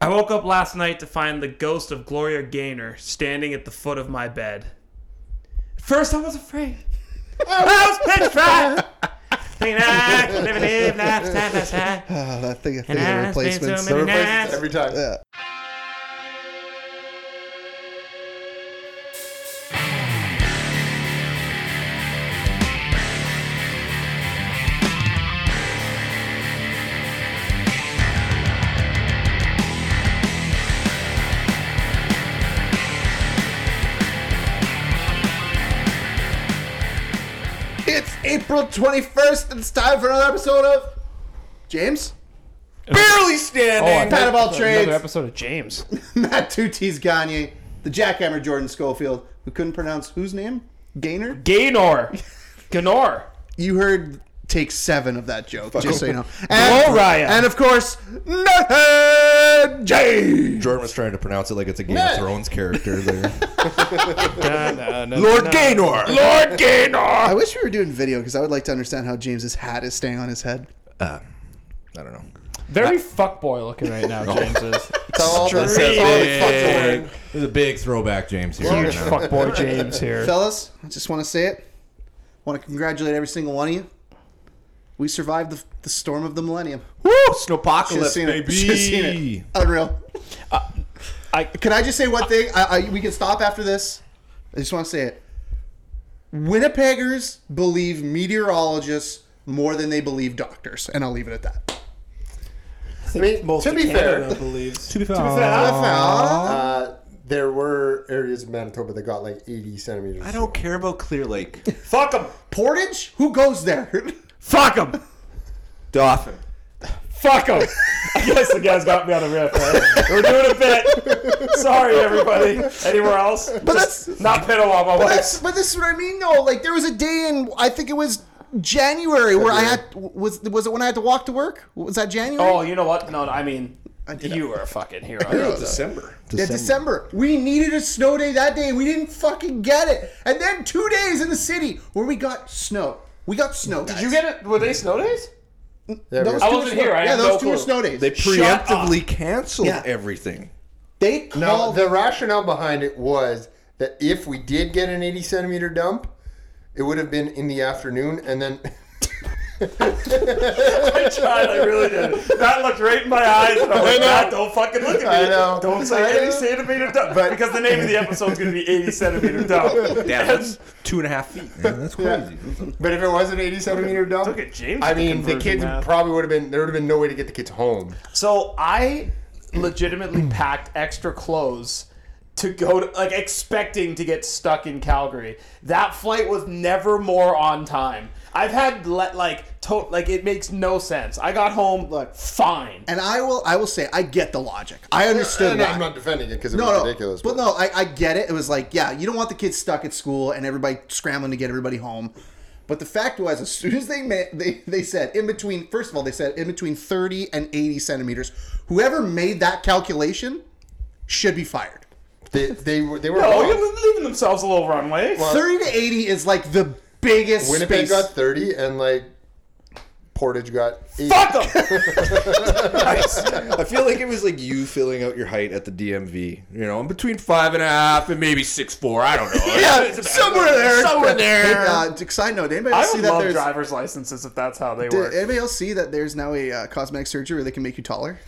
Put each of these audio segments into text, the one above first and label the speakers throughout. Speaker 1: I woke up last night to find the ghost of Gloria Gaynor standing at the foot of my bed. At first, I was afraid. I was petrified. Thinking I could never live life side by side.
Speaker 2: Ah, that thing, I think
Speaker 1: And
Speaker 2: the
Speaker 1: I spent so
Speaker 2: replacements. The
Speaker 1: many
Speaker 2: replacements.
Speaker 1: nights-
Speaker 3: Every time.
Speaker 2: Yeah.
Speaker 3: It's April 21st, and it's time for another episode of James. Barely
Speaker 4: Oh,
Speaker 3: standing. Pat of all trades.
Speaker 4: Another episode of James.
Speaker 3: Matt Two T's Gagne. The Jackhammer Jordan Schofield, who couldn't pronounce whose name? Gaynor?
Speaker 4: Gaynor. Gaynor.
Speaker 3: You heard take seven of that joke, just so you know.
Speaker 4: Gloria.
Speaker 3: And of course, Nathan J.
Speaker 2: Jordan was trying to pronounce it like it's a Game
Speaker 3: Matt.
Speaker 2: of Thrones character there.
Speaker 4: Lord
Speaker 2: Gaynor!
Speaker 4: Lord Gaynor.
Speaker 3: I wish we were doing video because I would like to understand how James's hat is staying on his head.
Speaker 2: Uh, I don't know.
Speaker 4: Very fuckboy looking right now, James is.
Speaker 2: That's a big, this is a big throwback, James. Here
Speaker 4: Huge
Speaker 2: right now.
Speaker 4: fuckboy James here.
Speaker 3: Fellas, I just want to say it. want to congratulate every single one of you. We survived the, the storm of the millennium.
Speaker 4: Woo!
Speaker 3: Should've
Speaker 4: Snowpocalypse. Uh,
Speaker 3: seen it.
Speaker 2: baby.
Speaker 3: Should've seen it. Unreal.
Speaker 4: I-
Speaker 3: Can I just say one thing? I, I, we can stop after this. I just want to say it. Winnipeggers believe meteorologists more than they believe doctors, and I'll leave it at that.
Speaker 5: I mean,
Speaker 6: Most
Speaker 5: to
Speaker 6: of
Speaker 5: be
Speaker 6: Canada
Speaker 5: fair,
Speaker 6: believes.
Speaker 4: To be fair.
Speaker 5: uh, there were areas of Manitoba that got like 80 centimeters.
Speaker 2: I don't care about Clear Lake.
Speaker 4: Fuck him.
Speaker 3: Portage? Who goes there?
Speaker 4: Fuck him.
Speaker 6: Dolphin.
Speaker 4: Fuck him. I guess the guy's got me on the riff. Right? We're doing a bit. Sorry, everybody. Anywhere else?
Speaker 3: But that's
Speaker 4: Not Pinawa, my
Speaker 3: That's, but this is what I mean, though. Like there was a day in I think it was January where I had was was it when I had to walk to work? Was that January?
Speaker 4: Oh, you know what? No, no I mean, you were a fucking hero.
Speaker 6: December.
Speaker 3: yeah, December. We needed a snow day that day. and We didn't fucking get it. And then two days in the city where we got snow. We got snow.
Speaker 4: Did you get it? Were they snow days?
Speaker 5: There
Speaker 3: Those
Speaker 5: was-
Speaker 3: two
Speaker 4: I
Speaker 3: were
Speaker 4: wasn't
Speaker 3: snow-
Speaker 4: here. I
Speaker 3: yeah,
Speaker 4: have
Speaker 3: those
Speaker 4: no
Speaker 3: two were
Speaker 4: clue.
Speaker 3: snow days.
Speaker 2: They
Speaker 4: Shut
Speaker 2: preemptively canceled
Speaker 3: Yeah.
Speaker 2: everything.
Speaker 3: They
Speaker 5: No,
Speaker 3: called.
Speaker 5: the rationale behind it was that if we did get an 80 centimeter dump, it would have been in the afternoon, and then
Speaker 4: I tried. I really did. That looked right in my eyes, and I'm like, "Nah, don't fucking look at me.
Speaker 5: I know.
Speaker 4: Don't say
Speaker 5: I
Speaker 4: any
Speaker 5: know.
Speaker 4: centimeter dump, because the name of the episode is going to be 80 centimeter dump.
Speaker 2: Yeah, that's two and a half feet. man. that's crazy.
Speaker 5: But if it was an 80 centimeter dump,
Speaker 4: Look at James.
Speaker 5: I
Speaker 4: with
Speaker 5: mean, the
Speaker 4: conversion
Speaker 5: kids
Speaker 4: math.
Speaker 5: probably would have been. There would have been no way to get the kids home.
Speaker 4: So I legitimately packed extra clothes to go to, like, expecting to get stuck in Calgary. That flight was never more on time. I've had, let, like, to, like, it makes no sense. I got home, like, fine.
Speaker 3: and I will. I will say I get the logic. I understood
Speaker 5: And
Speaker 3: that.
Speaker 5: I'm not defending it because it
Speaker 3: no,
Speaker 5: was
Speaker 3: no,
Speaker 5: ridiculous.
Speaker 3: But no, I, I get it. It was like, yeah, you don't want the kids stuck at school and everybody scrambling to get everybody home. But the fact was, as soon as they ma- they they said in between, first of all, they said in between thirty and eighty centimeters. Whoever made that calculation should be fired.
Speaker 5: they they, were- they were.
Speaker 4: Oh,
Speaker 5: wrong.
Speaker 4: you're leaving themselves a little runway.
Speaker 3: Thirty to eighty is like the biggest
Speaker 5: Uh, Winnipeg
Speaker 3: space.
Speaker 5: got 30, and like Portage got. 80.
Speaker 4: Fuck them!
Speaker 2: I feel like it was like you filling out your height at the DMV. You know, I'm between five and a half and maybe six four. I don't know.
Speaker 3: yeah, somewhere there,
Speaker 2: Somewhere there.
Speaker 3: Uh, side note: anybody
Speaker 4: I
Speaker 3: else see
Speaker 4: would
Speaker 3: that
Speaker 4: love
Speaker 3: there's
Speaker 4: driver's licenses if that's how they
Speaker 3: did
Speaker 4: work.
Speaker 3: anybody else see that there's now a uh, cosmetic surgery where they can make you taller?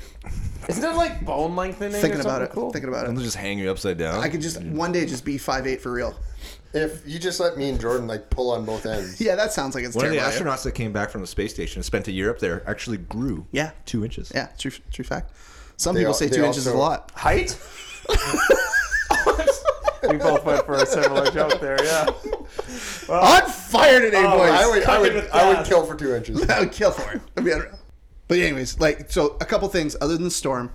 Speaker 4: Isn't it like bone lengthening?
Speaker 3: Thinking
Speaker 4: or
Speaker 3: about
Speaker 4: something
Speaker 3: it,
Speaker 4: Cool?
Speaker 3: thinking about
Speaker 2: They'll
Speaker 3: it.
Speaker 2: just hang you upside down.
Speaker 3: I could just one day just be five eight for real.
Speaker 5: If you just let me and Jordan like pull on both ends,
Speaker 3: Yeah, that sounds like it's
Speaker 2: One of the
Speaker 3: terrible.
Speaker 2: astronauts that came back from the space station and spent a year up there actually grew.
Speaker 3: Yeah.
Speaker 2: two inches.
Speaker 3: Yeah, true, true fact. Some
Speaker 5: They
Speaker 3: people
Speaker 5: al-
Speaker 3: say
Speaker 5: they
Speaker 3: two inches is a
Speaker 5: also-
Speaker 3: lot.
Speaker 4: Height? we both went for a similar joke there, yeah.
Speaker 3: I'm fired today,
Speaker 4: Oh,
Speaker 3: boys.
Speaker 5: I would I
Speaker 4: Covered
Speaker 5: would
Speaker 4: with
Speaker 5: I would
Speaker 4: glass.
Speaker 5: kill for two inches.
Speaker 3: I would kill for it. I mean, I don't know. But anyways, like so, a couple things other than the storm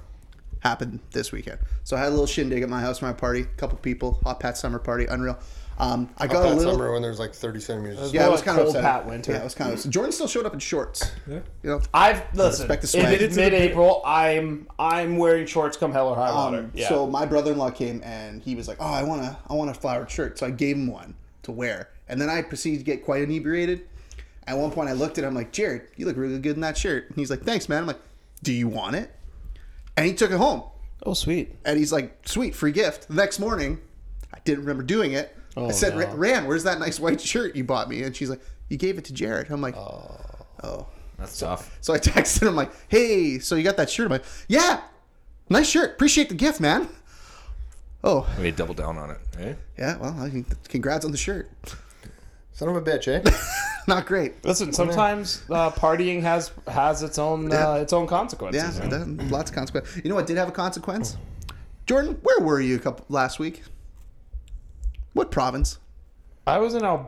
Speaker 3: happened this weekend. So I had a little shindig at my house, my party, a couple people, hot pat summer party, unreal. Um, I got a
Speaker 5: That
Speaker 3: little.
Speaker 5: summer when there's like 30 centimeters.
Speaker 3: Yeah, I
Speaker 4: More
Speaker 3: was
Speaker 4: like
Speaker 3: kind of
Speaker 4: cold
Speaker 3: upset.
Speaker 4: Pat winter.
Speaker 3: Yeah, I was kind of. upset. Jordan still showed up in shorts. Yeah. You know,
Speaker 4: I've listen.
Speaker 3: Respect the
Speaker 4: It
Speaker 3: swag.
Speaker 4: is mid-April. I'm I'm wearing shorts come hell or high water.
Speaker 3: Um,
Speaker 4: yeah.
Speaker 3: So my brother-in-law came and he was like, "Oh, I want a, I want a flowered shirt." So I gave him one to wear, and then I proceeded to get quite inebriated. At one point, I looked at him like, "Jared, you look really good in that shirt." And he's like, "Thanks, man." I'm like, "Do you want it?" And he took it home.
Speaker 6: Oh, sweet.
Speaker 3: And he's like, sweet, free gift. The next morning, I didn't remember doing it. I said,
Speaker 6: no.
Speaker 3: Ran, where's that nice white shirt you bought me? And she's like, you gave it to Jared. I'm like, oh.
Speaker 2: That's tough.
Speaker 3: So I texted him, like, hey, so you got that shirt? I'm like, yeah, nice shirt. Appreciate the gift, man. Oh,
Speaker 2: I mean, double down on it. Eh?
Speaker 3: yeah, well, I think congrats on the shirt.
Speaker 5: Son of a bitch, eh?
Speaker 3: Not great.
Speaker 7: Listen, sometimes uh, partying has has its own uh, its own consequences.
Speaker 3: Yeah, that- lots of consequence. You know what did have a consequence? Jordan, where were you a couple last week? What province?
Speaker 7: I was in Alber-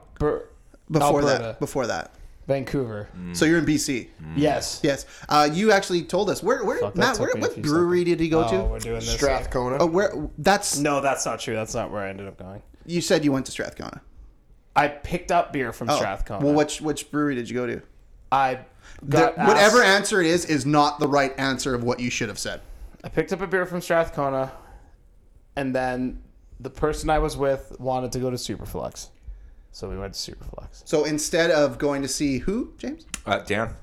Speaker 3: Before
Speaker 7: Alberta.
Speaker 3: that. Before that.
Speaker 7: Vancouver.
Speaker 3: So you're in BC.
Speaker 7: Mm. Yes.
Speaker 3: Yes. Uh, you actually told us where. Where
Speaker 7: Fuck, that
Speaker 3: Matt?
Speaker 7: took
Speaker 3: Where,
Speaker 7: me a
Speaker 3: what
Speaker 7: few
Speaker 3: brewery did he go
Speaker 7: Oh, we're
Speaker 3: to?
Speaker 7: doing this.
Speaker 5: Strathcona.
Speaker 3: Oh, where? That's
Speaker 7: No, that's not true. That's not where I ended up going.
Speaker 3: you said you went to Strathcona.
Speaker 7: I picked up beer from
Speaker 3: Oh.
Speaker 7: Strathcona.
Speaker 3: Well, which which brewery did you go to?
Speaker 7: I
Speaker 3: The-
Speaker 7: got asked-
Speaker 3: whatever answer it is is not the right answer of what you should have said.
Speaker 7: I picked up a beer from Strathcona, and then the person I was with wanted to go to Superflux, so we went to Superflux.
Speaker 3: So instead of going to see who James,
Speaker 2: Uh, Dan,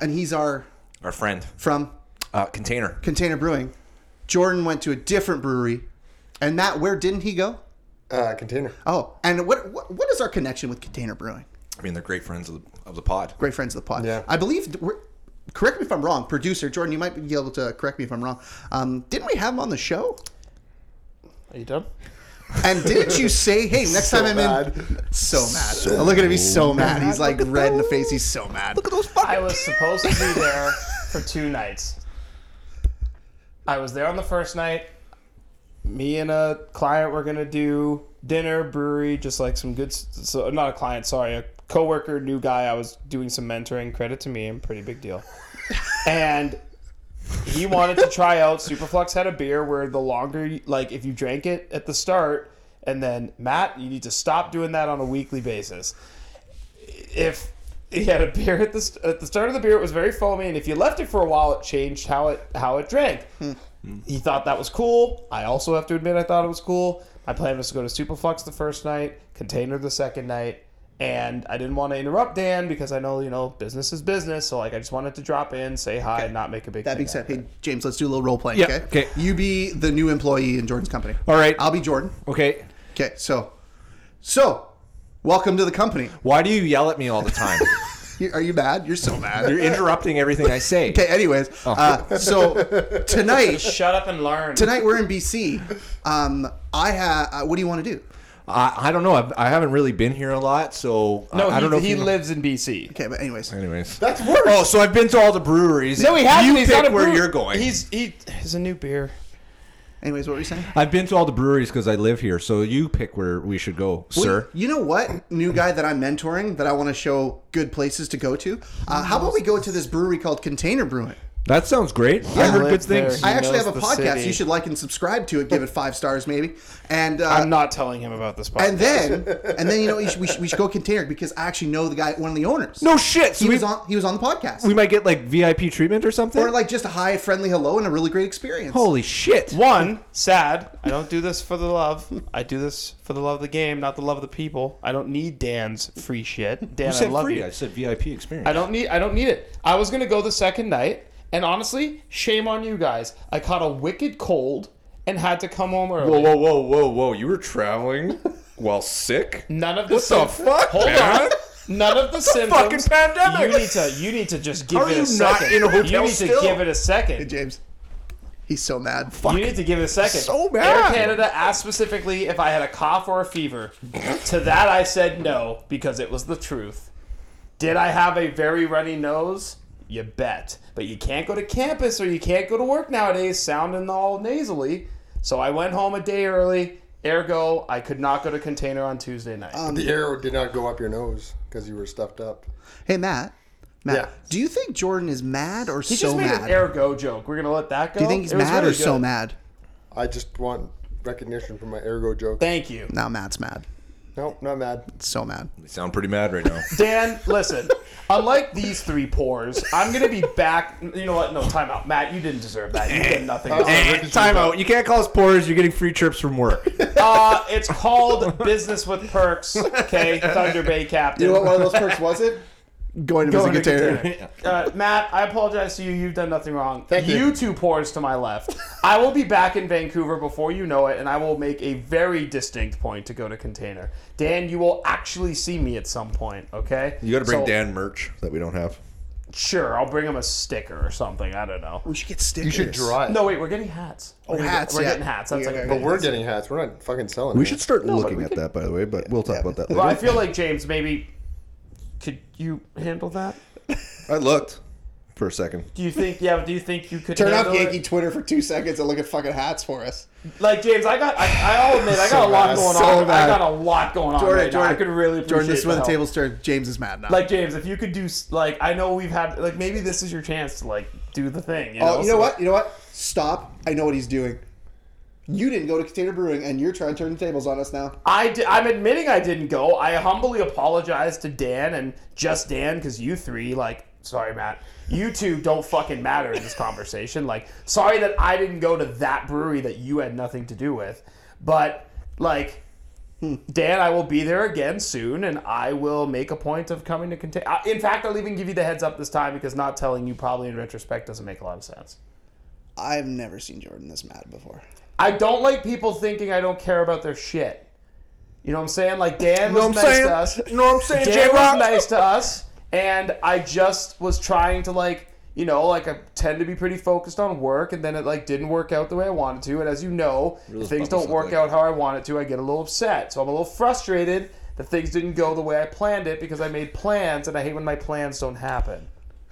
Speaker 3: and he's our
Speaker 2: our friend,
Speaker 3: from
Speaker 2: uh, container.
Speaker 3: Container Brewing, Jordan went to a different brewery, and Matt, where didn't he go?
Speaker 5: Uh, container.
Speaker 3: Oh, and what what, what is our connection with Container Brewing?
Speaker 2: I mean, they're great friends of the, of the pod.
Speaker 3: Great friends of the pod.
Speaker 5: Yeah.
Speaker 3: I believe. We're, correct me if I'm wrong, producer Jordan. You might be able to correct me if I'm wrong. Um, didn't we have him on the show?
Speaker 7: Are you done?
Speaker 3: And didn't you say, "Hey, next time I'm in"?
Speaker 5: Bad.
Speaker 3: So mad. Look at him. He's so mad. He's like red in the face. He's so mad. Look at those fucking.
Speaker 7: I was supposed to be there for two nights. I was there on the first night. Me and a client were gonna do dinner, brewery, just like some good. s- So not a client, sorry, a coworker, new guy. I was doing some mentoring. Credit to me, I'm pretty big deal. And he wanted to try out Superflux had a beer where the longer, you- like if you drank it at the start, and then Matt, you need to stop doing that on a weekly basis if he had a beer at the st- at the start of the beer, it was very foamy, and if you left it for a while, it changed how it how it drank.
Speaker 3: Hmm.
Speaker 7: He thought that was cool. I also have to admit, I thought it was cool. My plan was to go to Superflux the first night, Container the second night, and I didn't want to interrupt Dan because I know you know business is business. So like, I just wanted to drop in, say hi, and not make a big.
Speaker 3: That
Speaker 7: thing
Speaker 3: being
Speaker 7: out
Speaker 3: said,
Speaker 7: of it.
Speaker 3: hey James, let's do a little role playing.
Speaker 2: Yeah,
Speaker 3: Okay.
Speaker 2: okay.
Speaker 3: You be the new employee in Jordan's company.
Speaker 2: All right.
Speaker 3: I'll be Jordan.
Speaker 2: Okay.
Speaker 3: Okay. So, so, welcome to the company.
Speaker 2: Why do you yell at me all the time?
Speaker 3: You- Are you mad? You're so mad.
Speaker 2: You're interrupting everything I say.
Speaker 3: Okay. Anyways,
Speaker 2: Oh.
Speaker 3: uh, so tonight,
Speaker 7: shut up and learn.
Speaker 3: tonight we're in BC. Um, I have. Uh, what do you want to do?
Speaker 2: I, I don't know. I've, I haven't really been here a lot, so I-
Speaker 7: no,
Speaker 2: I,
Speaker 7: he,
Speaker 2: don't know. if
Speaker 7: he
Speaker 2: you-
Speaker 7: lives in BC.
Speaker 3: Okay. But anyways,
Speaker 2: Anyways,
Speaker 5: That's worse.
Speaker 2: oh, so I've been to all the breweries.
Speaker 7: No, he hasn't.
Speaker 2: You
Speaker 7: He's
Speaker 2: pick
Speaker 7: not a
Speaker 2: where
Speaker 7: brew-
Speaker 2: you're going.
Speaker 7: He's he is a new beer.
Speaker 3: anyways, what were you saying?
Speaker 2: I've been to all the breweries because I live here. So you pick where we should go, sir.
Speaker 3: You know what? New guy that I'm mentoring that I want to show good places to go to. Uh, how about we go to this brewery called Container Brewing?
Speaker 2: That sounds great. I heard good
Speaker 7: live there.
Speaker 2: things.
Speaker 3: I
Speaker 7: He
Speaker 3: actually
Speaker 7: knows
Speaker 3: have a
Speaker 7: the
Speaker 3: podcast
Speaker 7: city.
Speaker 3: you should like and subscribe to it. Give it five stars maybe. And uh,
Speaker 7: I'm not telling him about this podcast.
Speaker 3: and then and then you know we should, we, should, we should go Container because I actually know the guy, one of the owners.
Speaker 2: No shit. So
Speaker 3: he
Speaker 2: we,
Speaker 3: was on he was on the podcast.
Speaker 2: we might get like VIP treatment or something.
Speaker 3: or like just a high friendly hello and a really great experience.
Speaker 2: Holy shit.
Speaker 7: One, sad. I don't do this for the love. I do this for the love of the game, not the love of the people. I don't need Dan's free shit. Dan, I love you.
Speaker 2: said VIP experience.
Speaker 7: I don't need. I don't need it. I was gonna go the second night, and honestly, shame on you guys. I caught a wicked cold and had to come home early.
Speaker 2: Whoa, whoa, whoa, whoa, whoa! You were traveling while sick.
Speaker 7: None of the what
Speaker 2: fuck,
Speaker 7: Hold
Speaker 2: man?
Speaker 7: on. None of the symptoms.
Speaker 2: fucking pandemic.
Speaker 7: You need to. You need to just give
Speaker 2: How are
Speaker 7: it a
Speaker 2: you not
Speaker 7: second.
Speaker 2: in a hotel
Speaker 7: you need
Speaker 2: still?
Speaker 7: to give it a second.
Speaker 3: James. He's so mad.
Speaker 7: You need to give it a second.
Speaker 2: So bad.
Speaker 7: Air Canada asked specifically if I had a cough or a fever. to that, I said no because it was the truth. Did I have a very runny nose? You bet. But you can't go to campus or you can't go to work nowadays sounding all nasally. So I went home a day early. Ergo, I could not go to container on Tuesday night.
Speaker 3: Uh,
Speaker 5: The arrow did not go up your nose because you were stuffed up.
Speaker 3: Hey Matt. Matt,
Speaker 5: Yeah.
Speaker 3: do you think Jordan is mad or
Speaker 7: he
Speaker 3: so
Speaker 7: just made
Speaker 3: mad?
Speaker 7: an ergo joke. We're gonna let that go.
Speaker 3: do you think he's
Speaker 7: It was
Speaker 3: mad
Speaker 7: really
Speaker 3: or so
Speaker 7: good.
Speaker 3: mad?
Speaker 5: I just want recognition for my ergo joke.
Speaker 7: Thank you,
Speaker 3: Now Matt's mad.
Speaker 5: Nope, not mad.
Speaker 3: So mad.
Speaker 2: You sound pretty mad right now.
Speaker 7: Dan. Listen, unlike these three pours, I'm gonna be back. You know what? No time out, Matt. You didn't deserve that. You did nothing. else.
Speaker 2: time out. You can't call us poorers. You're getting free trips from work.
Speaker 7: Uh, it's called Business with Perks. Okay, Thunder Bay Captain.
Speaker 3: You know what one of those perks was it? going to
Speaker 7: Going
Speaker 3: visit
Speaker 7: to
Speaker 3: Katera.
Speaker 7: Katera. Uh, Matt, I apologize to you. You've done nothing wrong.
Speaker 5: Thank you.
Speaker 7: You two pores to my left. I will be back in Vancouver before you know it, and I will make a very distinct point to go to Container. Dan, you will actually see me at some point. Okay.
Speaker 2: You got to bring
Speaker 7: So,
Speaker 2: Dan merch that we don't have.
Speaker 7: Sure, I'll bring him a sticker or something. I don't know.
Speaker 3: We should get stickers.
Speaker 5: You should draw it.
Speaker 7: No, wait, we're getting hats. Oh, we're
Speaker 3: hats,
Speaker 7: Getting, we're
Speaker 3: yeah.
Speaker 7: getting hats. That's
Speaker 3: Yeah,
Speaker 7: like a
Speaker 3: yeah,
Speaker 7: big
Speaker 3: yeah.
Speaker 5: But we're getting hats. We're not fucking selling.
Speaker 2: We
Speaker 5: them.
Speaker 2: should start looking at that, by the way. But we'll talk about that later.
Speaker 7: Well, I feel like James, maybe could you handle that?
Speaker 2: I looked for a second.
Speaker 7: Do you think? Yeah, do you think you could
Speaker 3: Turn off
Speaker 7: handle it?
Speaker 3: Yankee Twitter for two seconds and look at fucking hats for us.
Speaker 7: Like James, I got. I, I'll admit, I got a lot
Speaker 5: bad,
Speaker 7: going
Speaker 3: so
Speaker 7: on.
Speaker 3: bad.
Speaker 7: I got a lot going on right now. I could really appreciate
Speaker 3: Jordan, this is
Speaker 7: the
Speaker 3: when the
Speaker 7: help.
Speaker 3: tables turn. James is mad now.
Speaker 7: Like James, if you could do s- like I know we've had like maybe this is your chance to like do the thing. You know?
Speaker 3: oh, you
Speaker 7: So-
Speaker 3: know what? You know what? Stop. I know what he's doing. You didn't go to Container Brewing, and you're trying to turn the tables on us now.
Speaker 7: I di- I'm admitting I didn't go. I humbly apologize to Dan and just Dan because you three, like, sorry, Matt, you two don't fucking matter in this conversation. Like, sorry that I didn't go to that brewery that you had nothing to do with. But, like, hmm, Dan, I will be there again soon and I will make a point of coming to contain. I- In fact, I'll even give you the heads up this time because not telling you probably in retrospect doesn't make a lot of sense.
Speaker 3: I've never seen Jordan this mad before.
Speaker 7: I don't like people thinking I don't care about their shit. You know what I'm saying? Like Dan was nice to us.
Speaker 2: know what I'm saying?
Speaker 7: Dan was nice to us, and I just was trying to like, you know, like I tend to be pretty focused on work, and then it like didn't work out the way I wanted to. And as you know, if
Speaker 2: bubbles
Speaker 7: things don't
Speaker 2: look
Speaker 7: work
Speaker 2: like-
Speaker 7: out how I want it to, I get a little upset. So I'm a little frustrated that things didn't go the way I planned it because I made plans, and I hate when my plans don't happen.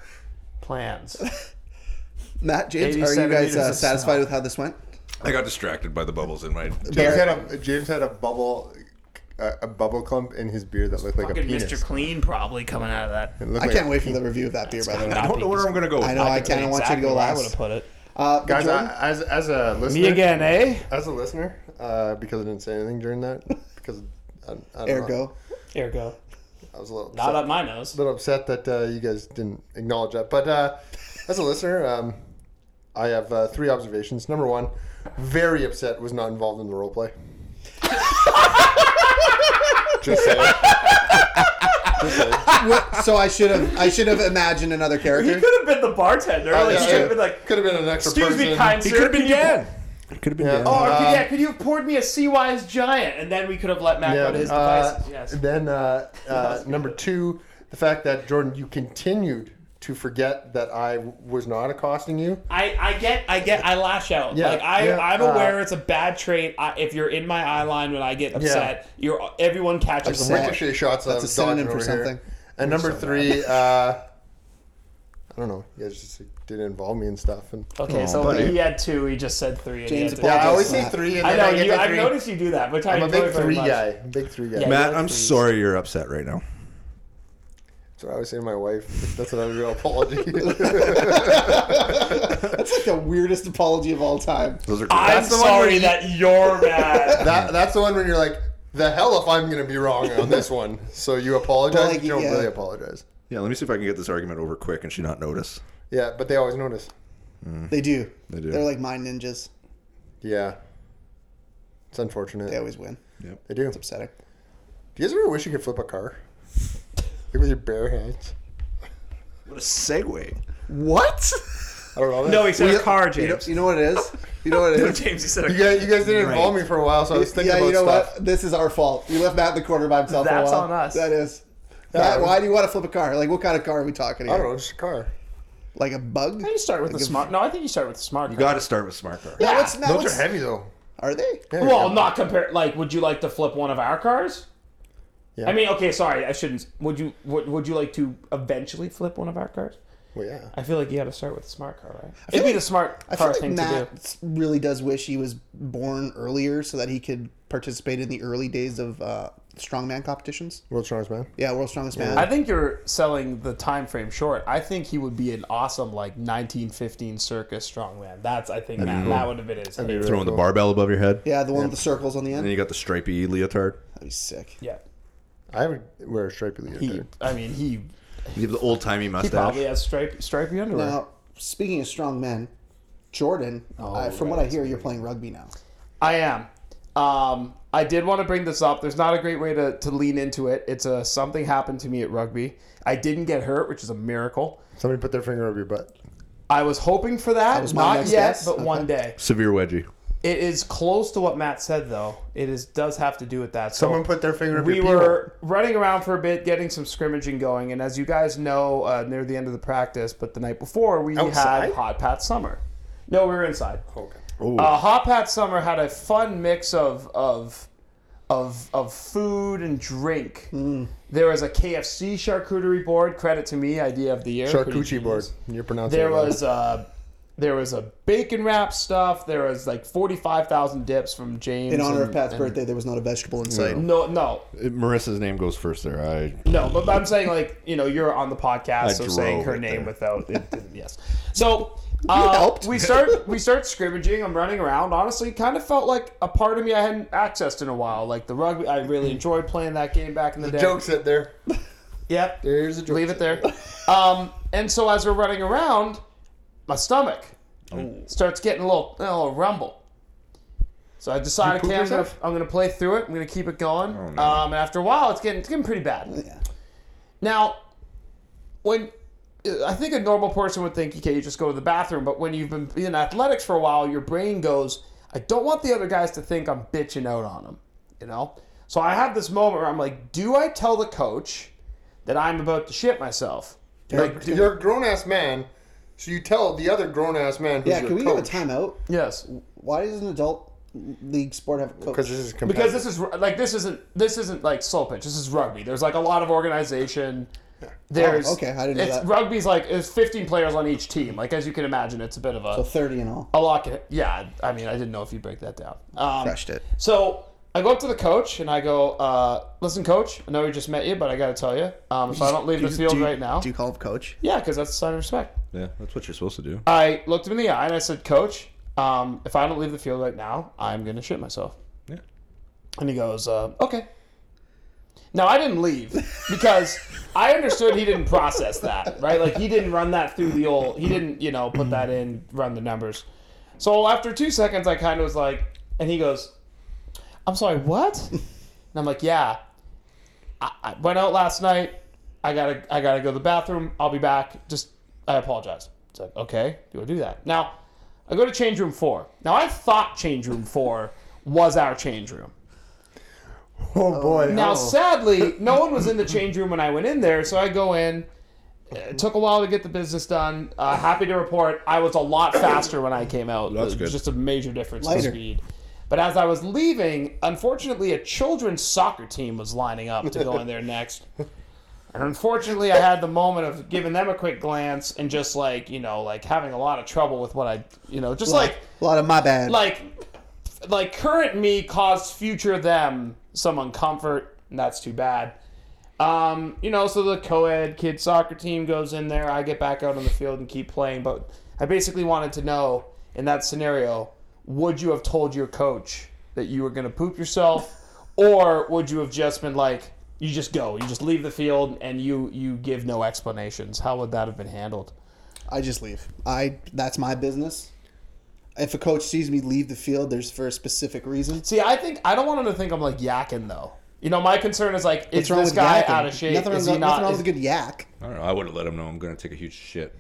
Speaker 7: Plans.
Speaker 3: Matt, James,
Speaker 7: 80
Speaker 3: are you guys
Speaker 7: centimeters
Speaker 3: uh,
Speaker 7: of
Speaker 3: satisfied with how this went?
Speaker 2: I got distracted by the bubbles in my.
Speaker 5: James had a James had a bubble, a, a bubble clump in his beer that looked like a
Speaker 4: Fucking
Speaker 5: penis.
Speaker 4: Mr. Clean probably coming out of that.
Speaker 5: It looked
Speaker 3: I
Speaker 5: like
Speaker 3: can't
Speaker 5: a-
Speaker 3: wait for the review of that beer, by the way.
Speaker 2: I don't know where I'm gonna go.
Speaker 3: I know I can't. I want you to go
Speaker 4: I would have
Speaker 3: last.
Speaker 4: put it.
Speaker 3: Uh, but
Speaker 5: Guys,
Speaker 3: Jordan,
Speaker 5: I, as as a listener,
Speaker 7: Me again, eh?
Speaker 5: As a listener, uh, because I didn't say anything during that, because I, I don't know.
Speaker 3: ergo.
Speaker 4: Ergo.
Speaker 5: I was a little
Speaker 4: Not
Speaker 5: upset,
Speaker 4: up my nose.
Speaker 5: little upset that uh, you guys didn't acknowledge that. But uh, as a listener, um, I have uh, three observations. Number one, very upset was not involved in the role play. Just saying. Just saying.
Speaker 3: What- so I should have I should have imagined another character.
Speaker 4: Could have been the bartender.
Speaker 5: Oh,
Speaker 4: like,
Speaker 5: yeah,
Speaker 4: he could have
Speaker 5: yeah.
Speaker 4: been like,
Speaker 5: Could have been an extra
Speaker 4: excuse
Speaker 5: person.
Speaker 4: me, kind sir.
Speaker 2: could've been
Speaker 4: can you-
Speaker 2: Dan. Could have been
Speaker 5: Yeah.
Speaker 2: Dan.
Speaker 4: Oh,
Speaker 5: Uh,
Speaker 4: yeah, could you have poured me a Sea Wise Giant? And then we could have let Matt
Speaker 5: Yeah.
Speaker 4: go to his
Speaker 5: uh,
Speaker 4: devices. Yes.
Speaker 5: Then uh, uh, number two, the fact that Jordan, you continued to forget that I w- was not accosting you.
Speaker 4: I, I get I get I lash out
Speaker 5: Yeah,
Speaker 4: like I
Speaker 5: yeah,
Speaker 4: I'm
Speaker 5: uh,
Speaker 4: aware it's a bad trait I, if you're in my eye line when I get upset you're everyone catches
Speaker 5: Some
Speaker 4: the
Speaker 3: Upset.
Speaker 4: wind.
Speaker 5: ricochet shots.
Speaker 3: That's
Speaker 5: I
Speaker 3: a
Speaker 5: was
Speaker 3: synonym
Speaker 5: dodging
Speaker 3: for
Speaker 5: over here.
Speaker 3: something.
Speaker 5: And number three, uh, I don't know. You guys just like, didn't involve me and stuff. And
Speaker 4: Okay, so
Speaker 5: buddy.
Speaker 4: he had two. He just said three. And he
Speaker 3: James
Speaker 4: had to-
Speaker 3: Paul.
Speaker 5: yeah, I always
Speaker 3: Apologies
Speaker 5: say
Speaker 3: for
Speaker 5: three, and
Speaker 4: I
Speaker 5: then I,
Speaker 4: know
Speaker 5: get
Speaker 4: you.
Speaker 5: the
Speaker 4: I've
Speaker 5: three.
Speaker 4: noticed you do that, which I
Speaker 5: I'm a
Speaker 4: enjoy
Speaker 5: big
Speaker 4: very
Speaker 5: three
Speaker 4: much.
Speaker 5: guy. I'm a big three guy.
Speaker 4: Yeah.
Speaker 2: Matt,
Speaker 4: Yeah,
Speaker 2: I'm
Speaker 4: please.
Speaker 2: sorry you're upset right now.
Speaker 5: That's what I always say to my wife. That's another real apology.
Speaker 3: That's like the weirdest apology of all time.
Speaker 2: Those are.
Speaker 4: I'm
Speaker 5: That's the one where
Speaker 4: sorry
Speaker 5: you-
Speaker 4: that you're mad.
Speaker 5: that, that's the one when you're like, the hell if I'm going to be wrong on this one. So you apologize.
Speaker 3: But, like,
Speaker 5: you don't
Speaker 3: yeah.
Speaker 5: really apologize.
Speaker 2: yeah, let me see if I can get this argument over quick and she not notice.
Speaker 5: Yeah, but they always notice. Hmm.
Speaker 3: They do.
Speaker 2: They do.
Speaker 3: They're like mind ninjas.
Speaker 5: Yeah. It's unfortunate.
Speaker 3: They always win.
Speaker 5: They do.
Speaker 3: It's upsetting.
Speaker 5: Do you guys ever wish you could flip a car? Like with your bare hands?
Speaker 2: What a segue.
Speaker 3: What?
Speaker 5: I don't know.
Speaker 4: no, he said a car,
Speaker 3: You know,
Speaker 4: James.
Speaker 3: you know what it is? You know what it is?
Speaker 4: James, he said a
Speaker 5: You guys, you guys didn't involve
Speaker 4: Right.
Speaker 5: me for a while, so I was thinking
Speaker 3: yeah,
Speaker 5: about
Speaker 3: you know
Speaker 5: stuff.
Speaker 3: what? This is our fault. You left Matt in the corner by himself
Speaker 7: That's
Speaker 3: for a while.
Speaker 7: on us.
Speaker 3: That is.
Speaker 5: Yeah.
Speaker 3: Matt, why do you want to flip a car? Like, what kind of car are we talking here?
Speaker 5: I don't know, just a car.
Speaker 3: Like a bug?
Speaker 7: I think you start with the smart. No, I think you start with the smart.
Speaker 2: You got to start with smart car.
Speaker 3: Matt, what's, Matt,
Speaker 5: Those
Speaker 3: what's,
Speaker 5: are heavy though.
Speaker 3: are they?
Speaker 5: Yeah,
Speaker 7: Well,
Speaker 5: yeah.
Speaker 7: not compare. Like, would you like to flip one of our cars?
Speaker 5: Yeah.
Speaker 7: I mean, okay, sorry, I shouldn't. Would you would, would you like to eventually flip one of our cars?
Speaker 5: Well, yeah.
Speaker 7: I feel like you got to start with the smart car, right? It'd be the smart
Speaker 3: I
Speaker 7: car
Speaker 3: feel like
Speaker 7: thing to do.
Speaker 3: Matt really does wish he was born earlier so that he could participate in the early days of uh, strongman competitions.
Speaker 5: World Strongest Man.
Speaker 3: Yeah, World's Strongest Man.
Speaker 7: I think you're selling the time frame short. I think he would be an awesome like 1915 circus strongman. That's I think Matt, that would have been his.
Speaker 5: be
Speaker 7: favorite.
Speaker 5: really
Speaker 2: Throwing
Speaker 5: cool.
Speaker 2: the barbell above your head.
Speaker 3: yeah, the one with the circles on the end.
Speaker 2: And then you got the stripy leotard.
Speaker 3: That'd be sick.
Speaker 7: Yeah,
Speaker 5: I would wear a striped E leader.
Speaker 7: he. I mean, he
Speaker 2: You have the old timey
Speaker 7: he probably
Speaker 2: mustache.
Speaker 7: has stripe stripy underwear.
Speaker 3: Now, speaking
Speaker 7: Oh,
Speaker 3: of strong men, Jordan, uh, from what I hear, you're playing rugby now.
Speaker 7: I am. Um, I did want to bring this up. There's not a great way to, to lean into it. It's a something happened to me at rugby. I didn't get hurt, which is a miracle.
Speaker 5: Somebody put their finger over your butt.
Speaker 7: I was hoping for that,
Speaker 3: was my
Speaker 7: not yet,
Speaker 3: next guess.
Speaker 7: but one day.
Speaker 2: Severe wedgie.
Speaker 7: It is close to what Matt said, though. It is does have to do with that. So
Speaker 5: Someone put their finger over
Speaker 7: we
Speaker 5: your pee hole.
Speaker 7: were running around for a bit, getting some scrimmaging going, and as you guys know, uh, near the end of the practice, but the night before, we
Speaker 5: Outside?
Speaker 7: had Hot Pat Summer. No, we were inside.
Speaker 5: Okay.
Speaker 7: Uh, Hot Pat Summer had a fun mix of of of of food and drink.
Speaker 3: Mm.
Speaker 7: There was a KFC charcuterie board. Credit to me, idea of the year. Pretty
Speaker 5: Charcuterie board. You're pronouncing
Speaker 7: there
Speaker 5: it wrong.
Speaker 7: was uh there was a bacon wrap stuff. There was like forty five thousand dips from James.
Speaker 3: In honor
Speaker 7: and-
Speaker 3: of Pat's
Speaker 7: and-
Speaker 3: birthday, there was not a vegetable in sight.
Speaker 7: No, no,
Speaker 2: Marissa's name goes first there. I
Speaker 7: no. But I'm saying like you know you're on the podcast,
Speaker 2: I
Speaker 7: so saying
Speaker 2: drove
Speaker 7: her
Speaker 2: it there.
Speaker 7: name without it, didn't- yes. So uh,
Speaker 3: helped.
Speaker 7: we start we start scrimmaging. I'm running around. Honestly, kind of felt like a part of me I hadn't accessed in a while. Like the rugby, I really enjoyed playing that game back in the day.
Speaker 5: Joke's it there.
Speaker 7: Yep.
Speaker 5: There's a joke.
Speaker 7: Leave it there. Um, and so as we're running around, my stomach starts getting a little, a little rumble. So I decided,
Speaker 5: poop
Speaker 7: okay, I'm gonna,
Speaker 5: yourself?
Speaker 7: I'm gonna play through it. I'm gonna keep it going. Um, and after a while, it's getting, it's getting pretty bad. Now, when I think a normal person would think, okay, you just go to the bathroom, but when you've been in athletics for a while, your brain goes, I don't want the other guys to think I'm bitching out on them, you know? So I had this moment where I'm like, do I tell the coach that I'm about to shit myself?
Speaker 5: You're, you're a grown ass man, so you tell the other grown ass man who's
Speaker 3: Yeah,
Speaker 5: your
Speaker 3: can we
Speaker 5: coach.
Speaker 3: give a timeout?
Speaker 7: Yes.
Speaker 3: Why does an adult league sport have a coach?
Speaker 5: Because this is
Speaker 7: Because
Speaker 5: competitive.
Speaker 7: this is like this isn't this isn't like slow pitch. This is rugby. There's like a lot of organization. There's
Speaker 3: Oh, okay, I didn't know
Speaker 7: it's,
Speaker 3: that.
Speaker 7: Rugby's like there's 15 players on each team. Like as you can imagine, it's a bit of a
Speaker 3: So 30 and all.
Speaker 7: A lot. Can, yeah, I mean, I didn't know if you break that down. Um,
Speaker 3: Crushed it.
Speaker 7: So I go up to the coach and I go, uh, "Listen, coach, I know we just met you, but I got to tell you, um, if I don't leave the
Speaker 3: Do-
Speaker 7: field
Speaker 3: do-
Speaker 7: right now,
Speaker 3: Do you call him coach?
Speaker 7: yeah, because that's a sign of respect."
Speaker 2: yeah, that's what you're supposed to do.
Speaker 7: I looked him in the eye and I said, "Coach, um, if I don't leave the field right now, I'm gonna shit myself."
Speaker 2: Yeah.
Speaker 7: And he goes, uh, "Okay." Now I didn't leave because I understood he didn't process that, right? Like he didn't run that through the old. He didn't, you know, put that in, run the numbers. So after two seconds, I kind of was like, and he goes, "I'm sorry, what?" And I'm like, "Yeah, I, I went out last night. I gotta, I gotta go to the bathroom. I'll be back. Just, I apologize." It's like, "Okay, you will do that." Now, I go to change room four. Now I thought change room four was our change room.
Speaker 5: oh boy.
Speaker 7: Now, sadly, no one was in the change room when I went in there, so I go in. It took a while to get the business done. Uh, happy to report, I was a lot faster when I came out.
Speaker 2: That's
Speaker 7: It
Speaker 2: good.
Speaker 7: was Just a major difference in
Speaker 3: Lighter.
Speaker 7: speed. But as I was leaving, unfortunately, a children's soccer team was lining up to go in there next. And unfortunately, I had the moment of giving them a quick glance and just like, you know, like having a lot of trouble with what I, you know, just like
Speaker 3: a lot of my bad.
Speaker 7: like like current me caused future them some uncomfort and that's too bad um you know so the co-ed kid soccer team goes in there i get back out on the field and keep playing but i basically wanted to know in that scenario would you have told your coach that you were going to poop yourself or would you have just been like you just go you just leave the field and you you give no explanations how would that have been handled
Speaker 3: I just leave. I that's my business. If a coach sees me leave the field, there's for a specific reason.
Speaker 7: See, I think I don't want him to think I'm like yakking though. You know, my concern is like,
Speaker 3: What's
Speaker 7: is
Speaker 3: wrong
Speaker 7: this
Speaker 3: with
Speaker 7: guy
Speaker 3: yakking?
Speaker 7: out of shape?
Speaker 3: Nothing wrong,
Speaker 7: is
Speaker 3: with-
Speaker 7: he not?
Speaker 3: nothing wrong
Speaker 7: is-
Speaker 3: with a good yak.
Speaker 2: I don't know. I would have let him know I'm going to take a huge shit.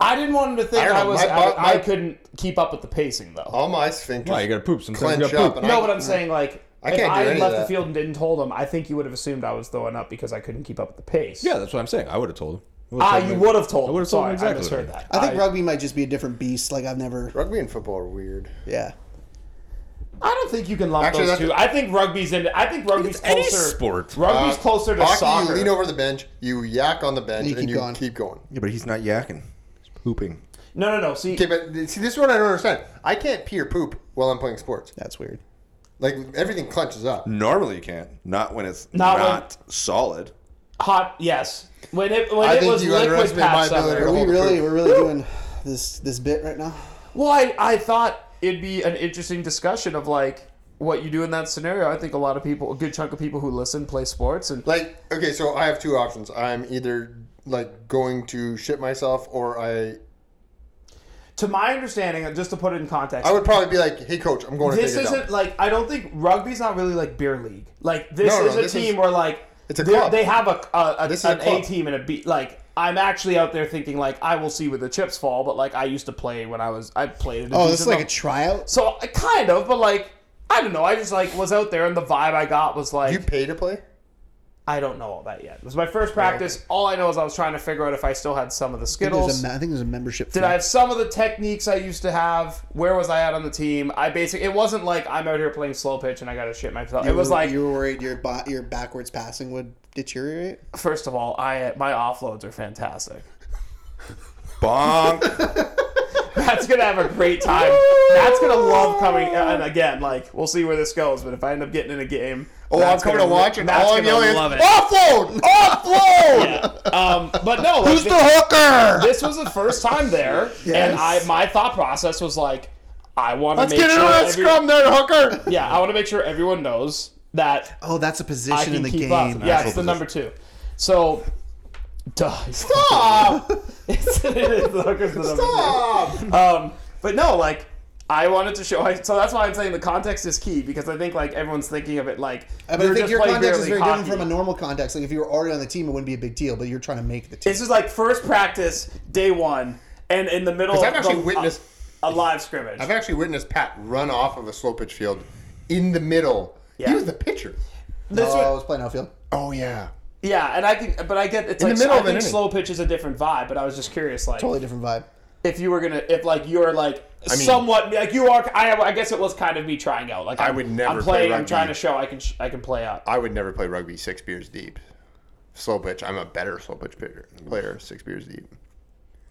Speaker 7: I didn't want him to think
Speaker 5: don't
Speaker 7: I,
Speaker 5: know,
Speaker 7: was.
Speaker 5: my-
Speaker 7: out-
Speaker 5: my-
Speaker 7: I couldn't keep up with the pacing though.
Speaker 5: All my sphincters.
Speaker 2: Why you got to poop? Sometimes you
Speaker 5: Clench
Speaker 2: got
Speaker 5: up
Speaker 2: to
Speaker 5: and
Speaker 2: poop.
Speaker 5: I-
Speaker 7: no, but I'm saying like,
Speaker 5: I
Speaker 7: if
Speaker 5: can't do
Speaker 7: I
Speaker 5: any
Speaker 7: had
Speaker 5: of
Speaker 7: left
Speaker 5: that.
Speaker 7: the field and didn't told him, I think you would have assumed I was throwing up because I couldn't keep up with the pace.
Speaker 2: Yeah, that's what I'm saying. I would have told him. I would've
Speaker 7: Ah,
Speaker 2: told
Speaker 7: you
Speaker 2: him.
Speaker 7: would have told.
Speaker 2: I
Speaker 7: him.
Speaker 2: would've told him
Speaker 7: Sorry, I
Speaker 2: exactly
Speaker 7: misheard
Speaker 2: what I
Speaker 7: that.
Speaker 3: I think rugby might just be a different beast. Like I've never.
Speaker 5: Rugby and football are weird.
Speaker 3: Yeah.
Speaker 7: I don't think you can lump
Speaker 5: Actually,
Speaker 7: those
Speaker 5: that's-
Speaker 7: two. I think rugby's in. I think rugby's closer.
Speaker 2: any sport.
Speaker 7: Rugby's
Speaker 5: Uh,
Speaker 7: closer to
Speaker 5: hockey,
Speaker 7: soccer.
Speaker 5: you lean over the bench, you yak on the bench,
Speaker 3: You keep
Speaker 5: and you
Speaker 3: going.
Speaker 5: keep going.
Speaker 2: Yeah, but he's not yakking. He's pooping.
Speaker 7: no, no, no. See,
Speaker 5: Okay, but th- see, this is what I don't understand. I can't pee or poop while I'm playing sports.
Speaker 3: That's weird.
Speaker 5: Like everything clenches up.
Speaker 2: Normally you can't. Not when it's
Speaker 7: Not
Speaker 2: not,
Speaker 7: when-
Speaker 2: solid.
Speaker 7: hot. Yes, when it when
Speaker 5: I
Speaker 7: it
Speaker 5: think
Speaker 7: was
Speaker 5: you
Speaker 7: liquid
Speaker 5: underestimate my
Speaker 7: pass.
Speaker 5: ability to
Speaker 3: Are we
Speaker 5: Hold the
Speaker 3: really?
Speaker 5: fruit.
Speaker 3: We're really doing this this bit right now.
Speaker 7: Well, I, I thought it'd be an interesting discussion of like what you do in that scenario. I think a lot of people, a good chunk of people who listen, play sports, and
Speaker 5: Like, okay, so I have two options. I'm either like going to shit myself, or I
Speaker 7: to my understanding, and just to put it in context,
Speaker 5: I would probably be like, "Hey, coach, I'm going to
Speaker 7: this
Speaker 5: take it
Speaker 7: isn't
Speaker 5: down."
Speaker 7: like I don't think rugby's not really like beer league. Like this
Speaker 5: No, no,
Speaker 7: is a
Speaker 5: this
Speaker 7: team
Speaker 5: is-
Speaker 7: where like
Speaker 5: It's a
Speaker 7: they're-
Speaker 5: club.
Speaker 7: They have a a, a,
Speaker 5: This is a
Speaker 7: an A
Speaker 5: club.
Speaker 7: team and a B. Like I'm actually out there thinking like I will see where the chips fall, but like I used to play when I was I played. At a
Speaker 3: Oh, this is
Speaker 7: decent
Speaker 3: like a
Speaker 7: level.
Speaker 3: tryout.
Speaker 7: so I- kind of, but like I don't know. I just like was out there and the vibe I got was like
Speaker 5: You pay to play?
Speaker 7: I don't know all that yet. It was my first practice. All I know is I was trying to figure out if I still had some of the
Speaker 3: I think, there's
Speaker 7: skittles.
Speaker 3: a, me- I think there's a membership.
Speaker 7: Did I have some of the techniques I used to have? Where was I at on the team? I basically it wasn't like I'm out here playing slow pitch and I got to shit myself. it was like
Speaker 3: you were worried your bo- your backwards passing would deteriorate.
Speaker 7: first of all, I my offloads are fantastic.
Speaker 2: Bonk.
Speaker 7: That's gonna have a great time. That's gonna love coming. And again, like we'll see where this goes. But if I end up getting in a game,
Speaker 5: Oh, I'm
Speaker 7: that's
Speaker 5: coming to
Speaker 7: gonna-
Speaker 5: watch, Oh, and
Speaker 7: that's
Speaker 5: all I'm
Speaker 7: gonna
Speaker 5: yelling is,
Speaker 7: love it.
Speaker 5: "Offload! Offload!"
Speaker 7: Um, but no, like,
Speaker 5: Who's the hooker?
Speaker 7: this was the first time there, and I my thought process was like, I want to
Speaker 5: Let's
Speaker 7: make
Speaker 5: get into
Speaker 7: sure
Speaker 5: that
Speaker 7: every-
Speaker 5: scrum, then, hooker.
Speaker 7: yeah, I want to make sure everyone knows that
Speaker 3: Oh, that's a
Speaker 7: I
Speaker 3: position
Speaker 7: can
Speaker 3: in the
Speaker 7: keep
Speaker 3: game.
Speaker 7: up. Yeah, it's the number two. So, duh. Stop. it's, it is, look, it's the number two. Um, but no, like I wanted to show. I, so that's why I'm saying the context is key because I think like everyone's thinking of it like.
Speaker 3: But
Speaker 7: we were
Speaker 3: I think
Speaker 7: just
Speaker 3: your
Speaker 7: playing
Speaker 3: context
Speaker 7: beer
Speaker 3: is very
Speaker 7: league
Speaker 3: different
Speaker 7: hockey.
Speaker 3: from a normal context. Like if you were already on the team, it wouldn't be a big deal. But you're trying to make the team.
Speaker 7: This is like first practice day one, and in the middle.
Speaker 5: 'Cause
Speaker 7: of
Speaker 5: I've actually
Speaker 7: the-
Speaker 5: witnessed-
Speaker 7: a, a live scrimmage.
Speaker 5: I've actually witnessed Pat run off of a slow pitch field in the middle.
Speaker 7: Yeah.
Speaker 5: He was the pitcher.
Speaker 7: This
Speaker 3: oh,
Speaker 7: was-
Speaker 3: I was playing outfield.
Speaker 5: Oh yeah.
Speaker 7: yeah, and I think, but I get it's
Speaker 5: In the
Speaker 7: like
Speaker 5: middle
Speaker 7: I
Speaker 5: of an
Speaker 7: think
Speaker 5: inning.
Speaker 7: slow pitch is a different vibe. But I was just curious, like
Speaker 3: Totally different vibe.
Speaker 7: if you were gonna if like you're like somewhat like you are I, I guess it was kind of me trying out like
Speaker 5: I
Speaker 7: I'm-
Speaker 5: would never
Speaker 7: I'm
Speaker 5: play
Speaker 7: playing I'm
Speaker 5: rugby.
Speaker 7: trying to show I can sh- I can play out
Speaker 5: I would never play rugby six beers deep. Slow pitch. I'm a better slow pitch pitcher, player six beers deep.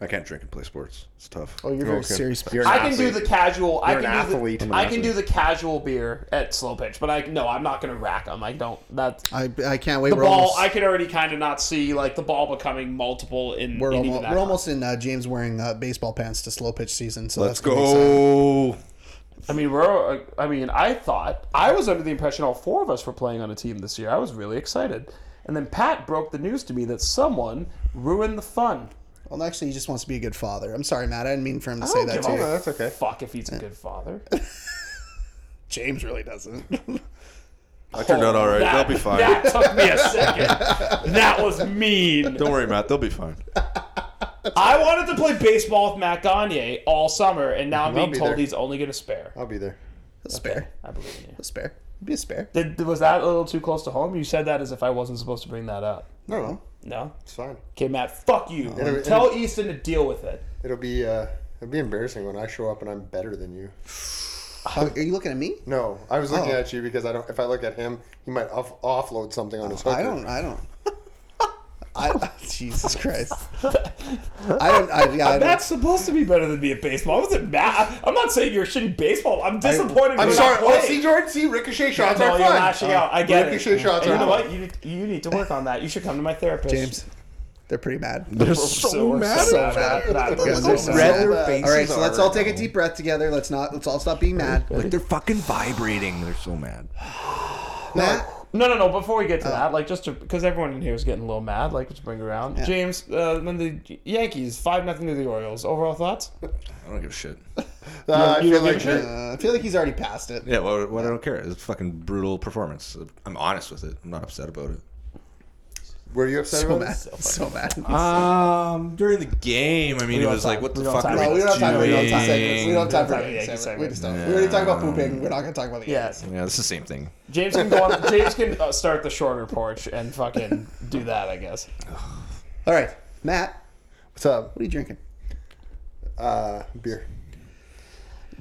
Speaker 2: I can't drink and play sports. It's tough.
Speaker 3: Oh, you're very
Speaker 5: Okay.
Speaker 3: serious.
Speaker 5: You're an
Speaker 7: I can do
Speaker 5: athlete.
Speaker 7: the casual I
Speaker 5: You're
Speaker 7: can
Speaker 5: an
Speaker 7: do the,
Speaker 5: athlete. I'm an
Speaker 7: I can do
Speaker 5: athlete.
Speaker 7: the casual beer at slow pitch but I no I'm not gonna rack them I don't that's
Speaker 3: I, I can't wait.
Speaker 7: the
Speaker 3: we're
Speaker 7: ball
Speaker 3: almost,
Speaker 7: I can already kind of not see like the ball becoming multiple in
Speaker 3: we're,
Speaker 7: in even
Speaker 3: almost,
Speaker 7: that
Speaker 3: we're
Speaker 7: time.
Speaker 3: almost in uh, James wearing uh, baseball pants to slow pitch season. So
Speaker 2: Let's
Speaker 3: that's gonna be exciting.
Speaker 2: go.
Speaker 7: I mean we're uh, I mean I thought I was under the impression all four of us were playing on a team this year I was really excited and then Pat broke the news to me that someone ruined the fun.
Speaker 3: Well, actually, he just wants to be a good father. I'm sorry, Matt. I didn't mean for him to say
Speaker 7: don't
Speaker 3: that
Speaker 7: give
Speaker 3: to
Speaker 7: a
Speaker 3: you.
Speaker 5: Oh, That's okay.
Speaker 7: Fuck if he's a good father.
Speaker 3: James really doesn't.
Speaker 2: I turned out all right.
Speaker 7: That-
Speaker 2: They'll be fine.
Speaker 7: That took me a second. That was mean.
Speaker 2: Don't worry, Matt. They'll be fine.
Speaker 7: I wanted to play baseball with Matt Gagne all summer, and now I'm being
Speaker 5: be
Speaker 7: told
Speaker 5: there.
Speaker 7: he's only going to spare.
Speaker 5: I'll be there.
Speaker 3: spare.
Speaker 7: I believe in you.
Speaker 3: A spare. Be a spare.
Speaker 7: Did, was that a little too close to home? You said that as if I wasn't supposed to bring that up.
Speaker 3: Oh,
Speaker 5: No, no,
Speaker 7: No.
Speaker 5: it's fine.
Speaker 7: Okay, Matt. Fuck you.
Speaker 5: It'll-
Speaker 7: Tell Easton to deal with it.
Speaker 5: It'll be uh, it'll be embarrassing when I show up and I'm better than you.
Speaker 3: Oh, are you looking at me?
Speaker 5: No, I was looking
Speaker 3: Oh.
Speaker 5: at you because I don't. If I look at him, he might off- offload something on his hooker.
Speaker 3: I don't. I don't. I, Jesus Christ. I don't. I, yeah, I
Speaker 7: Matt's
Speaker 3: don't.
Speaker 7: Uh, supposed to be better than me at baseball. I wasn't mad. I'm not saying you're shitting baseball. I'm disappointed.
Speaker 5: I'm
Speaker 7: you're
Speaker 5: sorry.
Speaker 7: not
Speaker 5: Oh,
Speaker 7: playing.
Speaker 5: see, Jordan, see, ricochet shots
Speaker 7: no,
Speaker 5: are
Speaker 7: you're
Speaker 5: fun.
Speaker 7: lashing out. I get
Speaker 5: ricochet
Speaker 7: it.
Speaker 5: shots
Speaker 7: And
Speaker 5: are
Speaker 7: you know
Speaker 5: out.
Speaker 7: what? You, you need to work on that. You should come to my therapist.
Speaker 3: James, they're pretty mad.
Speaker 2: They're
Speaker 7: so mad
Speaker 3: so mad.
Speaker 7: at that. That
Speaker 3: Yeah,
Speaker 7: was
Speaker 3: they're so
Speaker 7: so mad.
Speaker 3: mad.
Speaker 2: their
Speaker 3: all right,
Speaker 2: faces
Speaker 3: so let's
Speaker 2: are-
Speaker 3: all take a deep breath together. Let's not. Let's all stop being mad.
Speaker 2: Like they're fucking vibrating. They're so mad.
Speaker 3: Matt,
Speaker 7: No, no, no. Before we get to that, like just to because everyone in here is getting a little mad, like just bring it around. James, uh, when the Yankees five nothing to the Orioles, overall thoughts?
Speaker 2: I don't give a shit.
Speaker 5: Uh, I
Speaker 7: You
Speaker 5: feel
Speaker 7: don't give
Speaker 5: like
Speaker 7: a shit?
Speaker 3: uh, I feel like he's already passed it.
Speaker 2: Yeah, well, well, I don't care. It's a fucking brutal performance. I'm honest with it. I'm not upset about it.
Speaker 5: were you upset
Speaker 3: So
Speaker 5: about
Speaker 3: mad.
Speaker 5: this?
Speaker 3: So mad.
Speaker 2: Um, during the game, I mean,
Speaker 7: We
Speaker 2: it
Speaker 7: don't
Speaker 2: was
Speaker 7: have
Speaker 2: like,
Speaker 7: time.
Speaker 2: what the
Speaker 7: We don't
Speaker 2: fuck are
Speaker 7: have time.
Speaker 3: No, we
Speaker 2: we
Speaker 3: don't have time. We don't have time. for segments. We don't
Speaker 2: doing?
Speaker 3: have time for
Speaker 7: Don't have
Speaker 3: any
Speaker 7: any
Speaker 3: segments. We
Speaker 7: segments.
Speaker 3: just don't. We already talked about pooping. We're not going to talk about the
Speaker 7: Yeah,
Speaker 3: Yankees.
Speaker 2: Yeah, it's the same thing.
Speaker 7: James can go on. James can uh, start the shorter porch and fucking do that. I guess.
Speaker 3: All right, Matt,
Speaker 5: What's up?
Speaker 3: what are you drinking?
Speaker 5: Uh, beer.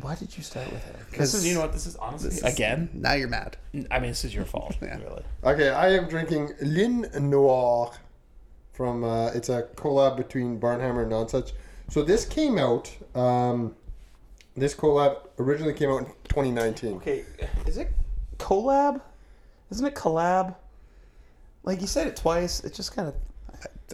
Speaker 7: Why did you start with it? This is, you know what? This is honestly
Speaker 3: is-
Speaker 7: again.
Speaker 3: Now you're mad.
Speaker 7: I mean, this is your fault, really.
Speaker 5: Okay, I am drinking Lin Noir from uh, it's a collab between Barnhammer and Nonsuch. So this came out. Um, this collab originally came out in 2019.
Speaker 7: Okay, is it collab? Isn't it collab? Like you said it twice. It just kind of.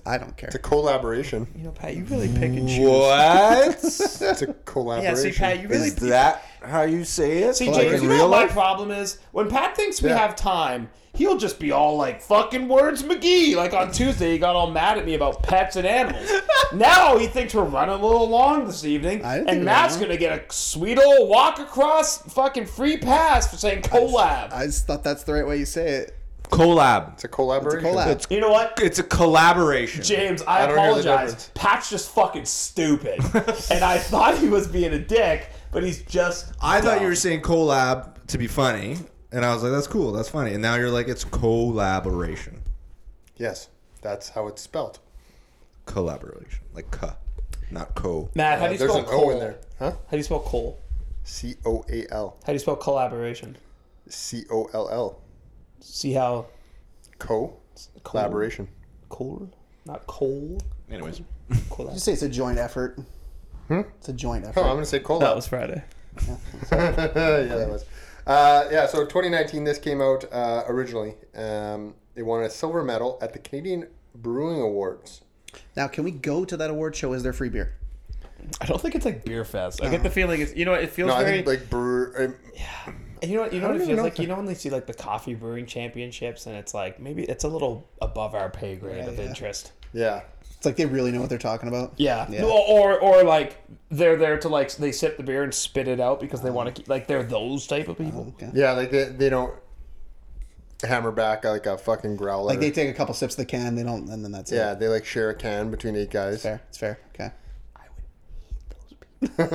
Speaker 6: I don't care.
Speaker 5: It's a collaboration.
Speaker 4: You know, Pat, you really pick and choose.
Speaker 2: What?
Speaker 5: It's a
Speaker 4: Yeah, see,
Speaker 5: collaboration.
Speaker 4: Pat, you really
Speaker 2: Is that how you say it?
Speaker 7: See,
Speaker 2: Like
Speaker 7: James,
Speaker 2: in
Speaker 7: you know
Speaker 2: real
Speaker 7: what my
Speaker 2: life?
Speaker 7: problem is? When Pat thinks we
Speaker 5: Yeah.
Speaker 7: have time, he'll just be all like, fucking words McGee. Like on Tuesday, he got all mad at me about pets and animals. now he thinks we're running a little long this evening,
Speaker 6: I didn't think
Speaker 7: and
Speaker 6: we
Speaker 7: Matt's
Speaker 6: were.
Speaker 7: going to get a sweet old walk across fucking free pass for saying collab.
Speaker 6: I just thought that's the right way you say it.
Speaker 2: Collab.
Speaker 5: it's a collaboration.
Speaker 6: collab.
Speaker 7: you know what?
Speaker 2: It's a collaboration.
Speaker 7: James, I,
Speaker 5: I don't hear the
Speaker 7: apologize.
Speaker 5: difference.
Speaker 7: Pat's just fucking stupid. and I thought he was being a dick, but he's just.
Speaker 2: I thought you
Speaker 7: dumb.
Speaker 2: were saying collab to be funny, and I was like, that's cool, that's funny. And now you're like, it's collaboration.
Speaker 5: Yes, that's how it's spelled.
Speaker 2: Collaboration. Like, cuh, not co.
Speaker 7: Matt, how do you
Speaker 5: There's
Speaker 7: spell
Speaker 5: an O
Speaker 7: coal?
Speaker 5: in there. Huh?
Speaker 7: How do you spell coal?
Speaker 5: C O A L.
Speaker 7: How do you spell collaboration?
Speaker 5: C O L L.
Speaker 7: See how
Speaker 5: Co. Collaboration.
Speaker 7: Coal? Not coal.
Speaker 2: Anyways.
Speaker 6: You say it's a joint effort. It's a joint
Speaker 5: Oh,
Speaker 6: effort.
Speaker 5: I'm going to say collab.
Speaker 4: That was Friday.
Speaker 5: yeah, that was. Uh, yeah, so 2019, this came out uh, originally. Um, it won a silver medal at the Canadian Brewing Awards.
Speaker 6: Now, can we go to that award show? Is there free beer?
Speaker 4: I don't think it's like beer fest. I get the feeling it's you know what, it feels
Speaker 5: No, I
Speaker 4: very
Speaker 5: think like brewer. um,
Speaker 4: you know what you know what it
Speaker 5: even
Speaker 4: feels
Speaker 5: know
Speaker 4: like
Speaker 5: that-
Speaker 4: you know when they see like the coffee brewing championships and it's like maybe it's a little above our pay grade of
Speaker 6: yeah.
Speaker 4: interest.
Speaker 5: Yeah.
Speaker 6: It's like they really know what they're talking about.
Speaker 7: Yeah.
Speaker 6: Yeah.
Speaker 7: Or, or or like they're there to like they sip the beer and spit it out because they want to keep like they're those type of people.
Speaker 6: Okay.
Speaker 5: Yeah, like they, they don't hammer back uh, like a fucking growler.
Speaker 6: Like they take a couple sips of the can, they don't, and then that's it.
Speaker 5: yeah, they like share a can between eight guys.
Speaker 6: Fair. It's fair. Okay.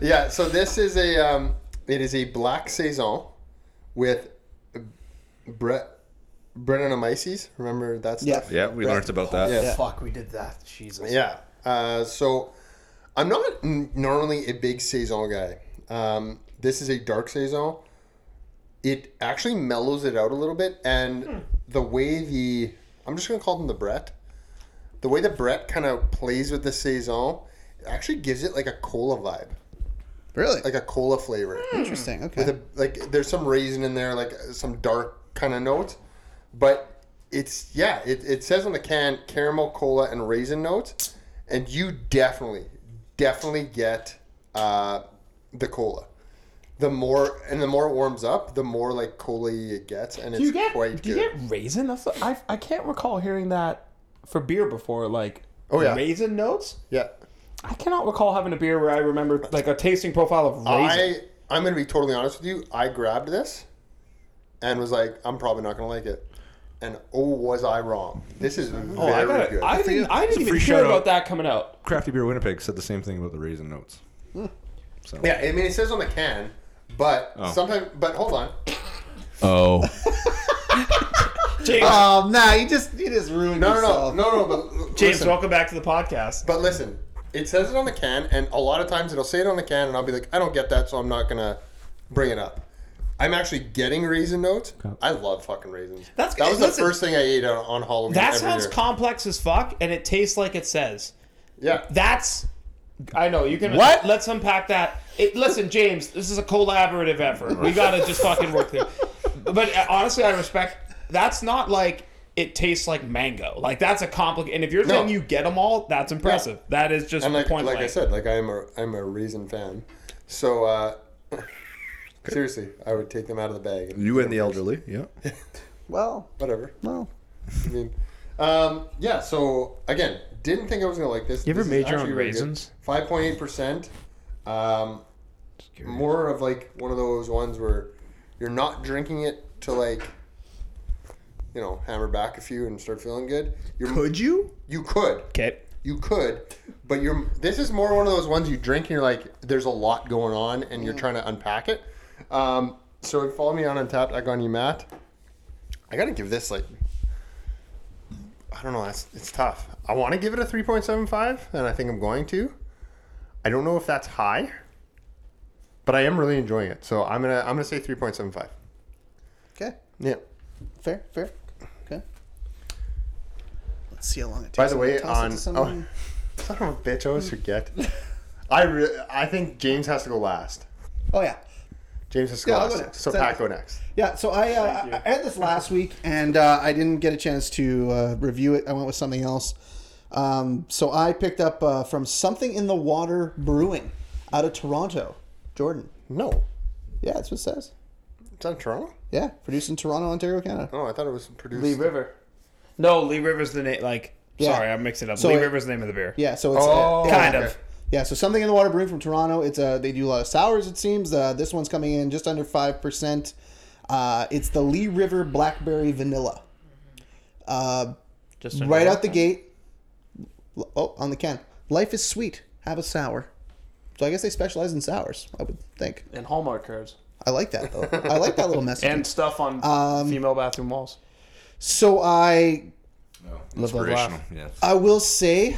Speaker 5: Yeah, so this is a um, it is a black saison with Brett Brettanomyces. Remember that
Speaker 6: Yeah.
Speaker 5: stuff?
Speaker 2: Yeah, we learned about that.
Speaker 5: Yeah.
Speaker 7: Fuck, we did that. Jesus.
Speaker 5: Yeah. Uh, so I'm not n- normally a big saison guy. Um, this is a dark saison. It actually mellows it out a little bit, and the way the I'm just gonna call them the Brett. The way the Brett kind of plays with the saison, it actually gives it like a cola vibe,
Speaker 6: Really?
Speaker 5: like a cola flavor.
Speaker 6: Interesting. Okay.
Speaker 5: With a, like there's some raisin in there, like uh, some dark kind of notes, but it's yeah. It, it says on the can caramel, cola, and raisin notes, and you definitely, definitely get uh, the cola. The more and the more it warms up, the more like cola it gets, and it's
Speaker 7: Do you get
Speaker 5: quite
Speaker 7: do you
Speaker 5: good.
Speaker 7: get raisin? That's the, I I can't recall hearing that for beer before. Like
Speaker 5: Oh, yeah.
Speaker 7: raisin notes.
Speaker 5: yeah,
Speaker 7: I cannot recall having a beer where I remember like a tasting profile of raisin.
Speaker 5: I I'm gonna be totally honest with you. I grabbed this, and was like, I'm probably not gonna like it. And oh, was I wrong? This is very
Speaker 7: Oh, I, got
Speaker 5: good.
Speaker 7: it. I didn't. I didn't even
Speaker 2: free
Speaker 7: hear
Speaker 2: shout-out.
Speaker 7: about that coming out.
Speaker 2: Crafty Beer Winnipeg said the same thing about the raisin notes.
Speaker 5: Yeah, I mean it says on the can, but
Speaker 2: Oh.
Speaker 5: sometimes. But hold on.
Speaker 2: Oh.
Speaker 4: James,
Speaker 6: Oh no! You just you just ruined
Speaker 5: No, no, no,
Speaker 6: yourself.
Speaker 5: no, no. But
Speaker 4: James,
Speaker 5: listen,
Speaker 4: welcome back to the podcast.
Speaker 5: but listen, it says it on the can, and a lot of times it'll say it on the can, and I'll be like, I don't get that, so I'm not gonna bring it up. I'm actually getting raisin notes. I love fucking raisins.
Speaker 4: That's
Speaker 5: that
Speaker 4: good.
Speaker 5: was
Speaker 4: Listen.
Speaker 5: the first thing I ate on, on Halloween.
Speaker 4: That
Speaker 5: every
Speaker 4: sounds
Speaker 5: year.
Speaker 4: complex as fuck, and it tastes like it says.
Speaker 5: yeah.
Speaker 4: That's
Speaker 7: I know you can.
Speaker 4: what? Let's unpack that. It, listen, James, this is a collaborative effort. We gotta just fucking work through. But uh, honestly, I respect. That's not like it tastes like mango. Like that's a complicated. And if you're saying you get them all, that's impressive. That is just
Speaker 5: And like,
Speaker 4: point
Speaker 5: like I
Speaker 4: blank.
Speaker 5: said, like I'm a I'm a raisin fan, so uh, seriously, I would take them out of the bag.
Speaker 2: you and the elderly, yeah.
Speaker 6: Well,
Speaker 5: Whatever.
Speaker 6: well.
Speaker 5: I mean, um, yeah. So again, didn't think I was gonna like this.
Speaker 4: You ever
Speaker 5: This is
Speaker 4: made your
Speaker 5: actually
Speaker 4: own
Speaker 5: really good.
Speaker 4: raisins?
Speaker 5: 5.8%. Um, more of like one of those ones where you're not drinking it to like, you know, hammer back a few and start feeling good. You're,
Speaker 2: Could you?
Speaker 5: You could.
Speaker 4: okay.
Speaker 5: You could. But you're. This is more one of those ones you drink and you're like, there's a lot going on and you're trying to unpack it. Um, so if you follow me on Untapped, I on you, Matt. I gotta give this like. I don't know. It's, it's tough. I want to give it a 3.75, and I think I'm going to. I don't know if that's high, but I am really enjoying it. So I'm gonna I'm gonna say 3.75.
Speaker 6: Okay.
Speaker 5: Yeah.
Speaker 6: Fair. Fair. Okay. Let's see how long it takes.
Speaker 5: By the way,
Speaker 6: to toss it
Speaker 5: on
Speaker 6: to
Speaker 5: oh,
Speaker 6: someone.
Speaker 5: son of a bitch, I always forget. I re- I think James has to go last.
Speaker 6: oh yeah.
Speaker 5: James has
Speaker 3: Yeah, I'll go
Speaker 5: Scholastic.
Speaker 3: next.
Speaker 5: So
Speaker 3: Thanks.
Speaker 5: Pat go next.
Speaker 3: Yeah, so I, uh, I I had this last week and uh, I didn't get a chance to uh, review it. I went with something else. Um, so I picked up uh, from Something in the Water Brewing out of Toronto, Jordan.
Speaker 5: No,
Speaker 3: Yeah, that's what it says.
Speaker 5: it's on Toronto.
Speaker 3: Yeah, produced in Toronto, Ontario, Canada.
Speaker 5: Oh, I thought it was produced.
Speaker 7: Lee River.
Speaker 4: No, Lee River's the name. Like,
Speaker 3: Yeah.
Speaker 4: sorry, I'm mixing it up.
Speaker 3: So
Speaker 4: Lee
Speaker 3: it-
Speaker 4: River's the name of the beer.
Speaker 3: Yeah, so it's uh,
Speaker 5: Oh,
Speaker 3: yeah,
Speaker 4: Kind
Speaker 5: okay.
Speaker 4: of.
Speaker 3: Yeah, so something in the water brewing from Toronto. It's uh they do a lot of sours. It seems uh, this one's coming in just under five percent. Uh, it's the Lee River Blackberry Vanilla. Uh,
Speaker 4: Just
Speaker 3: right out the gate. l- Oh, on the can. Life is sweet. Have a sour. So I guess they specialize in sours. I would think.
Speaker 7: And Hallmark cards.
Speaker 3: I like that though. I like that little message.
Speaker 7: And stuff on
Speaker 3: Um,
Speaker 7: female bathroom walls.
Speaker 3: so I
Speaker 2: Oh, Inspirational. Yeah.
Speaker 3: I will say,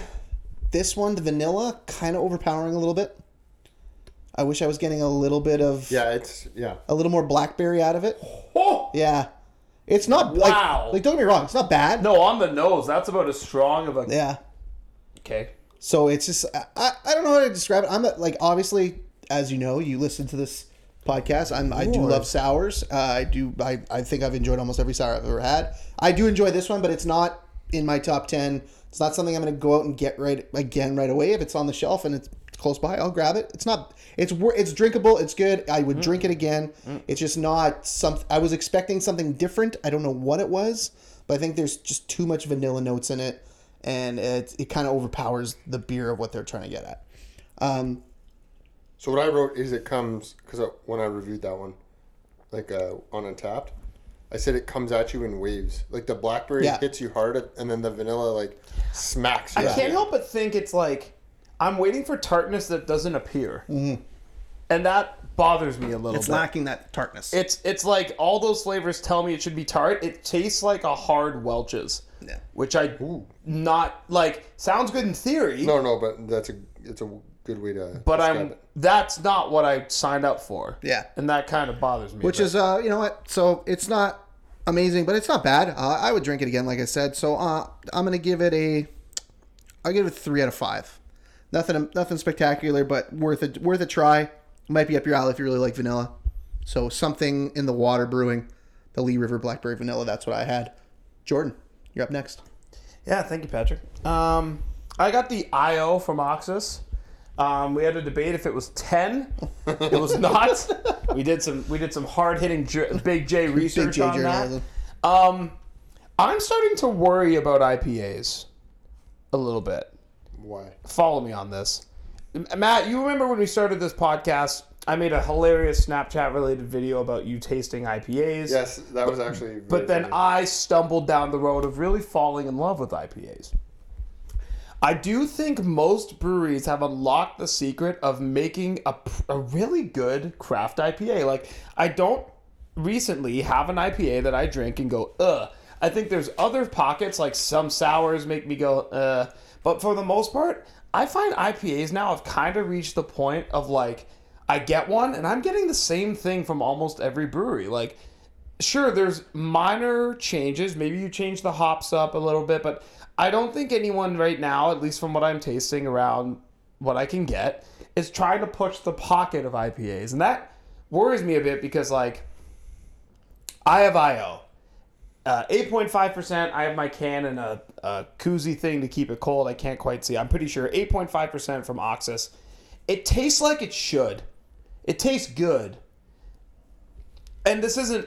Speaker 3: this one, the vanilla, kind of overpowering a little bit. I wish I was getting a little bit of
Speaker 5: Yeah, it's yeah.
Speaker 3: a little more blackberry out of it.
Speaker 7: Oh!
Speaker 3: Yeah, it's not like-
Speaker 7: Wow.
Speaker 3: Like, don't get me wrong, it's not bad.
Speaker 7: No, on the nose. That's about as strong of a.
Speaker 3: Yeah.
Speaker 7: Okay.
Speaker 3: So it's just I, I, I don't know how to describe it. I'm not, like obviously, as you know, you listen to this podcast. I'm I do love sours. Uh, I do I, I think I've enjoyed almost every sour I've ever had. I do enjoy this one, but it's not in my top ten. It's not something I'm going to go out and get right again right away. If it's on the shelf and it's close by, I'll grab it. It's not it's wor- it's drinkable. It's good. I would drink it again. It's just not something I was expecting something different. I don't know what it was, but I think there's just too much vanilla notes in it and it, it kind of overpowers the beer of what they're trying to get at. Um,
Speaker 5: So what I wrote is it comes because when I reviewed that one, like uh, on Untapped, I said it comes at you in waves. Like the blackberry
Speaker 3: Yeah.
Speaker 5: hits you hard, and then the vanilla like smacks you.
Speaker 7: I can't help but think it's like I'm waiting for tartness that doesn't appear, and that bothers me a little
Speaker 3: Mm-hmm. it's
Speaker 7: bit.
Speaker 3: lacking that tartness.
Speaker 7: it's it's like all those flavors tell me it should be tart. It tastes like a hard Welch's,
Speaker 3: Yeah.
Speaker 7: which I not like. Sounds good in theory,
Speaker 5: No, no, but that's a it's a good way to.
Speaker 7: but
Speaker 5: describe
Speaker 7: I'm
Speaker 5: it.
Speaker 7: that's not what I signed up for.
Speaker 3: Yeah.
Speaker 7: and that kind of bothers me.
Speaker 3: Which is, uh, you know what? So it's not amazing, but it's not bad. Uh, I would drink it again, like I said. So uh, I'm gonna give it a, I'll give it a three out of five. Nothing, nothing spectacular, but worth a worth a try. Might be up your alley if you really like vanilla. So something in the water brewing, the Lee River Blackberry Vanilla. That's what I had. Jordan, you're up next.
Speaker 7: Yeah, thank you, Patrick. Um, I got the IO from Oxus. Um, we had a debate if it was ten. It was not. we did some we did some hard hitting J- big J research
Speaker 3: J
Speaker 7: on
Speaker 3: journalism.
Speaker 7: that. Um, I'm starting to worry about IPAs a little bit.
Speaker 5: why
Speaker 7: Follow me on this, M- Matt. You remember when we started this podcast? I made a hilarious Snapchat related video about you tasting IPAs.
Speaker 5: yes, that was actually.
Speaker 7: But then I stumbled down the road of really falling in love with IPAs. I do think most breweries have unlocked the secret of making a, pr- a really good craft IPA. Like, I don't recently have an IPA that I drink and go, ugh. I think there's other pockets, like some sours make me go, uh. But for the most part, I find IPAs now have kind of reached the point of like, I get one and I'm getting the same thing from almost every brewery. Like, sure there's minor changes maybe you change the hops up a little bit but i don't think anyone right now at least from what i'm tasting around what i can get is trying to push the pocket of ipas and that worries me a bit because like i have io uh, 8.5% i have my can and a, a koozie thing to keep it cold i can't quite see i'm pretty sure 8.5% from oxus it tastes like it should it tastes good and this isn't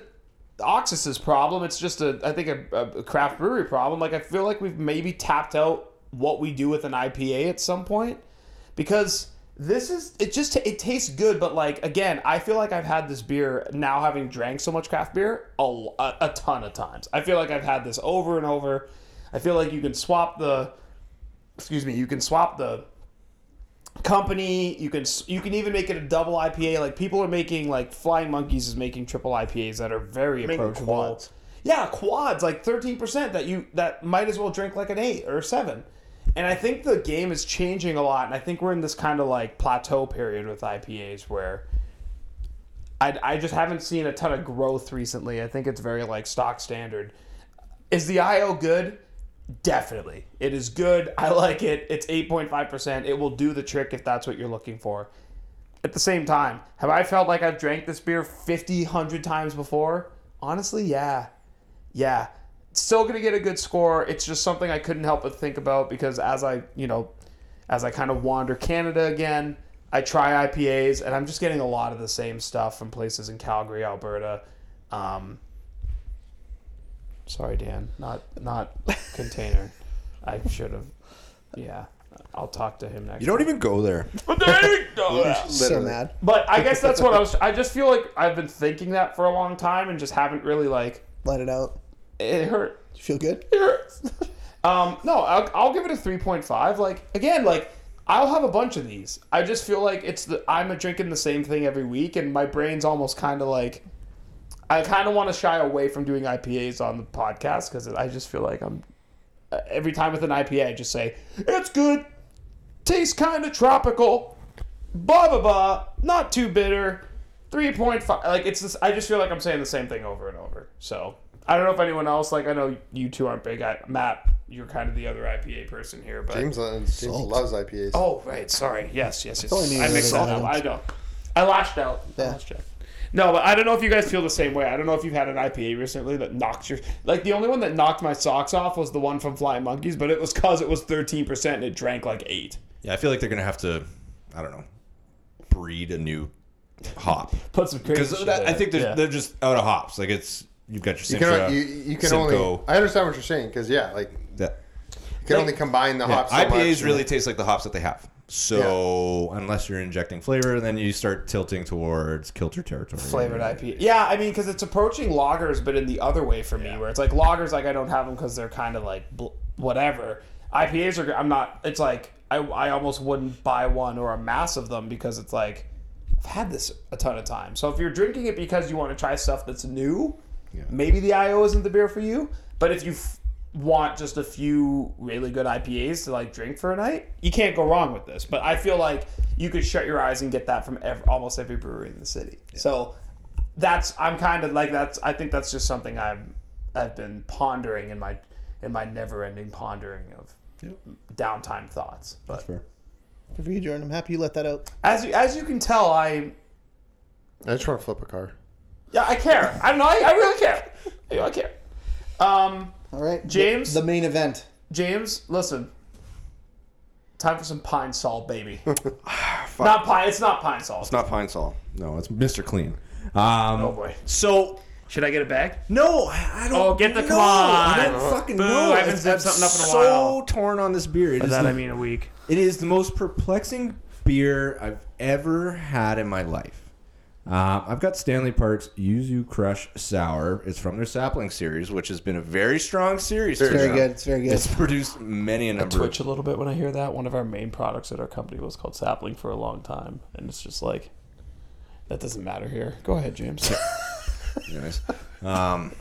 Speaker 7: Oxus's problem. It's just a, I think, a, a craft brewery problem. Like I feel like we've maybe tapped out what we do with an IPA at some point because this is it. Just it tastes good, but like again, I feel like I've had this beer now, having drank so much craft beer a, l- a- a ton of times. I feel like I've had this over and over. I feel like you can swap the, excuse me, you can swap the company. You can s- you can even make it a double IPA. Like people are making like Flying Monkeys is making triple IPAs that are very approachable.
Speaker 5: quads.
Speaker 7: Yeah, quads like thirteen percent that you that might as well drink like an eight or a seven. And I think the game is changing a lot, and I think we're in this kind of like plateau period with IPAs where. I, I just haven't seen a ton of growth recently. I think it's very like stock standard. Is the IO good? Definitely. It is good. I like it. It's 8.5%. It will do the trick if that's what you're looking for. At the same time, have I felt like I've drank this beer 50, 100 times before? Honestly, yeah. Yeah. Still going to get a good score. It's just something I couldn't help but think about because as I, you know, as I kind of wander Canada again, I try IPAs and I'm just getting a lot of the same stuff from places in Calgary, Alberta. Um, sorry, Dan, not not container. I should have. Yeah, I'll talk to him next.
Speaker 2: You don't even go there.
Speaker 6: So mad.
Speaker 7: But I guess that's what I was. I just feel like I've been thinking that for a long time and just haven't really like
Speaker 6: Let it out.
Speaker 7: it hurt.
Speaker 6: You feel good?
Speaker 7: It hurts. Um, no, I'll, I'll give it a three point five. Like again, like I'll have a bunch of these. I just feel like it's the I'm drinking the same thing every week, and my brain's almost kind of like I kind of want to shy away from doing IPAs on the podcast because I just feel like I'm uh, every time with an IPA, I just say it's good, tastes kind of tropical, blah blah blah, not too bitter, three point five. Like it's this. I just feel like I'm saying the same thing over and over. So I don't know if anyone else. Like I know you two aren't big. I, Matt, you're kind of the other IPA person here, but
Speaker 5: James, uh, James loves IPAs.
Speaker 7: oh right, sorry. Yes, yes, yes.
Speaker 6: all I needed
Speaker 7: I mixed
Speaker 6: was
Speaker 7: it
Speaker 6: that.
Speaker 7: up. I know. I lashed out. I lashed out. No, but I don't know if you guys feel the same way. I don't know if you've had an IPA recently that knocked your like the only one that knocked my socks off was the one from Flying Monkeys, but it was cause it was thirteen percent and it drank like eight.
Speaker 2: Yeah, I feel like they're gonna have to, I don't know, breed a new hop
Speaker 7: Put some crazy.
Speaker 2: because
Speaker 7: Shit in
Speaker 2: I
Speaker 7: it.
Speaker 2: think they're,
Speaker 7: Yeah.
Speaker 2: they're just out of hops. Like it's you've got your
Speaker 5: you can
Speaker 2: Simcoe.
Speaker 5: you, you can only.
Speaker 2: Simcoe.
Speaker 5: I understand what you're saying because yeah, like
Speaker 2: that-
Speaker 5: you can only combine the hops. so
Speaker 2: IPAs
Speaker 5: much, and-
Speaker 2: really taste like the hops that they have. So unless you're injecting flavor, then you start tilting towards kilter territory.
Speaker 7: flavored IPA. Yeah, I mean, because it's approaching lagers, but in the other way for me, where it's like lagers, like I don't have them because they're kind of like bl- whatever. IPAs are. I'm not. It's like I, I almost wouldn't buy one or a mass of them because it's like I've had this a ton of times. So if you're drinking it because you want to try stuff that's new, maybe the IO isn't the beer for you. But if you f- want just a few really good IPAs to like drink for a night, you can't go wrong with this. But I feel like you could shut your eyes and get that from ev- almost every brewery in the city. So that's I'm kind of like that's I think that's just something I've I've been pondering in my in my never-ending pondering of downtime thoughts. But
Speaker 6: Good for you, Jordan. I'm happy you let that out.
Speaker 7: as you as you can tell, I
Speaker 5: I just want to flip a car.
Speaker 7: yeah I care. I know I, I really care. You know, I care. Um,
Speaker 6: All right.
Speaker 7: James?
Speaker 6: The, the main event.
Speaker 7: James, listen. Time for some pine salt, baby. not pine. It's not pine salt.
Speaker 2: It's not Pine Sol. No, it's Mr. Clean. Um,
Speaker 7: oh boy.
Speaker 2: So
Speaker 4: Should I get a bag?
Speaker 2: no, I, I don't.
Speaker 4: Oh, get the-
Speaker 2: know.
Speaker 4: come on.
Speaker 2: I don't fucking
Speaker 4: Boo,
Speaker 2: know.
Speaker 4: I haven't zipped something up in a
Speaker 2: So
Speaker 4: while.
Speaker 2: torn on this beer. It
Speaker 4: By
Speaker 2: is
Speaker 4: that
Speaker 2: the-
Speaker 4: I mean a week.
Speaker 2: It is the most perplexing beer I've ever had in my life. Um, I've got Stanley Parks Yuzu Crush Sour. It's from their Sapling series, which has been a very strong series.
Speaker 5: Very
Speaker 2: for
Speaker 6: Very
Speaker 2: them.
Speaker 6: good. It's very good.
Speaker 2: It's produced many a number.
Speaker 7: Twitch a little bit when I hear that. One of our main products at our company was called Sapling for a long time, and it's just like that doesn't matter here. Go ahead, James.
Speaker 2: of- anyways. Um,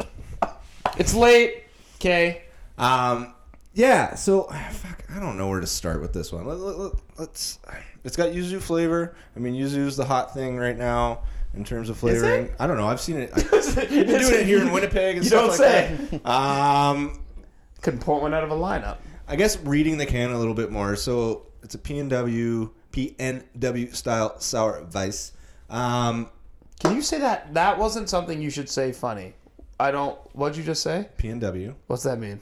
Speaker 7: it's late. Okay.
Speaker 2: um, yeah. So ah, fuck, I don't know where to start with this one. Let, let, let, let's. It's got Yuzu flavor. I mean, Yuzu's the hot thing right now in terms of flavoring. I don't know. I've seen it. I've
Speaker 7: You're
Speaker 2: been doing it here in Winnipeg and
Speaker 7: You
Speaker 2: stuff
Speaker 7: don't
Speaker 2: like
Speaker 7: say.
Speaker 2: that. Um,
Speaker 7: Couldn't point one out of a lineup.
Speaker 2: I guess reading the can a little bit more. So it's a PNW PNW style sour vice. Um,
Speaker 7: Can you say that? That wasn't something you should say. Funny. I don't. What'd you just say?
Speaker 2: PNW.
Speaker 7: What's that mean?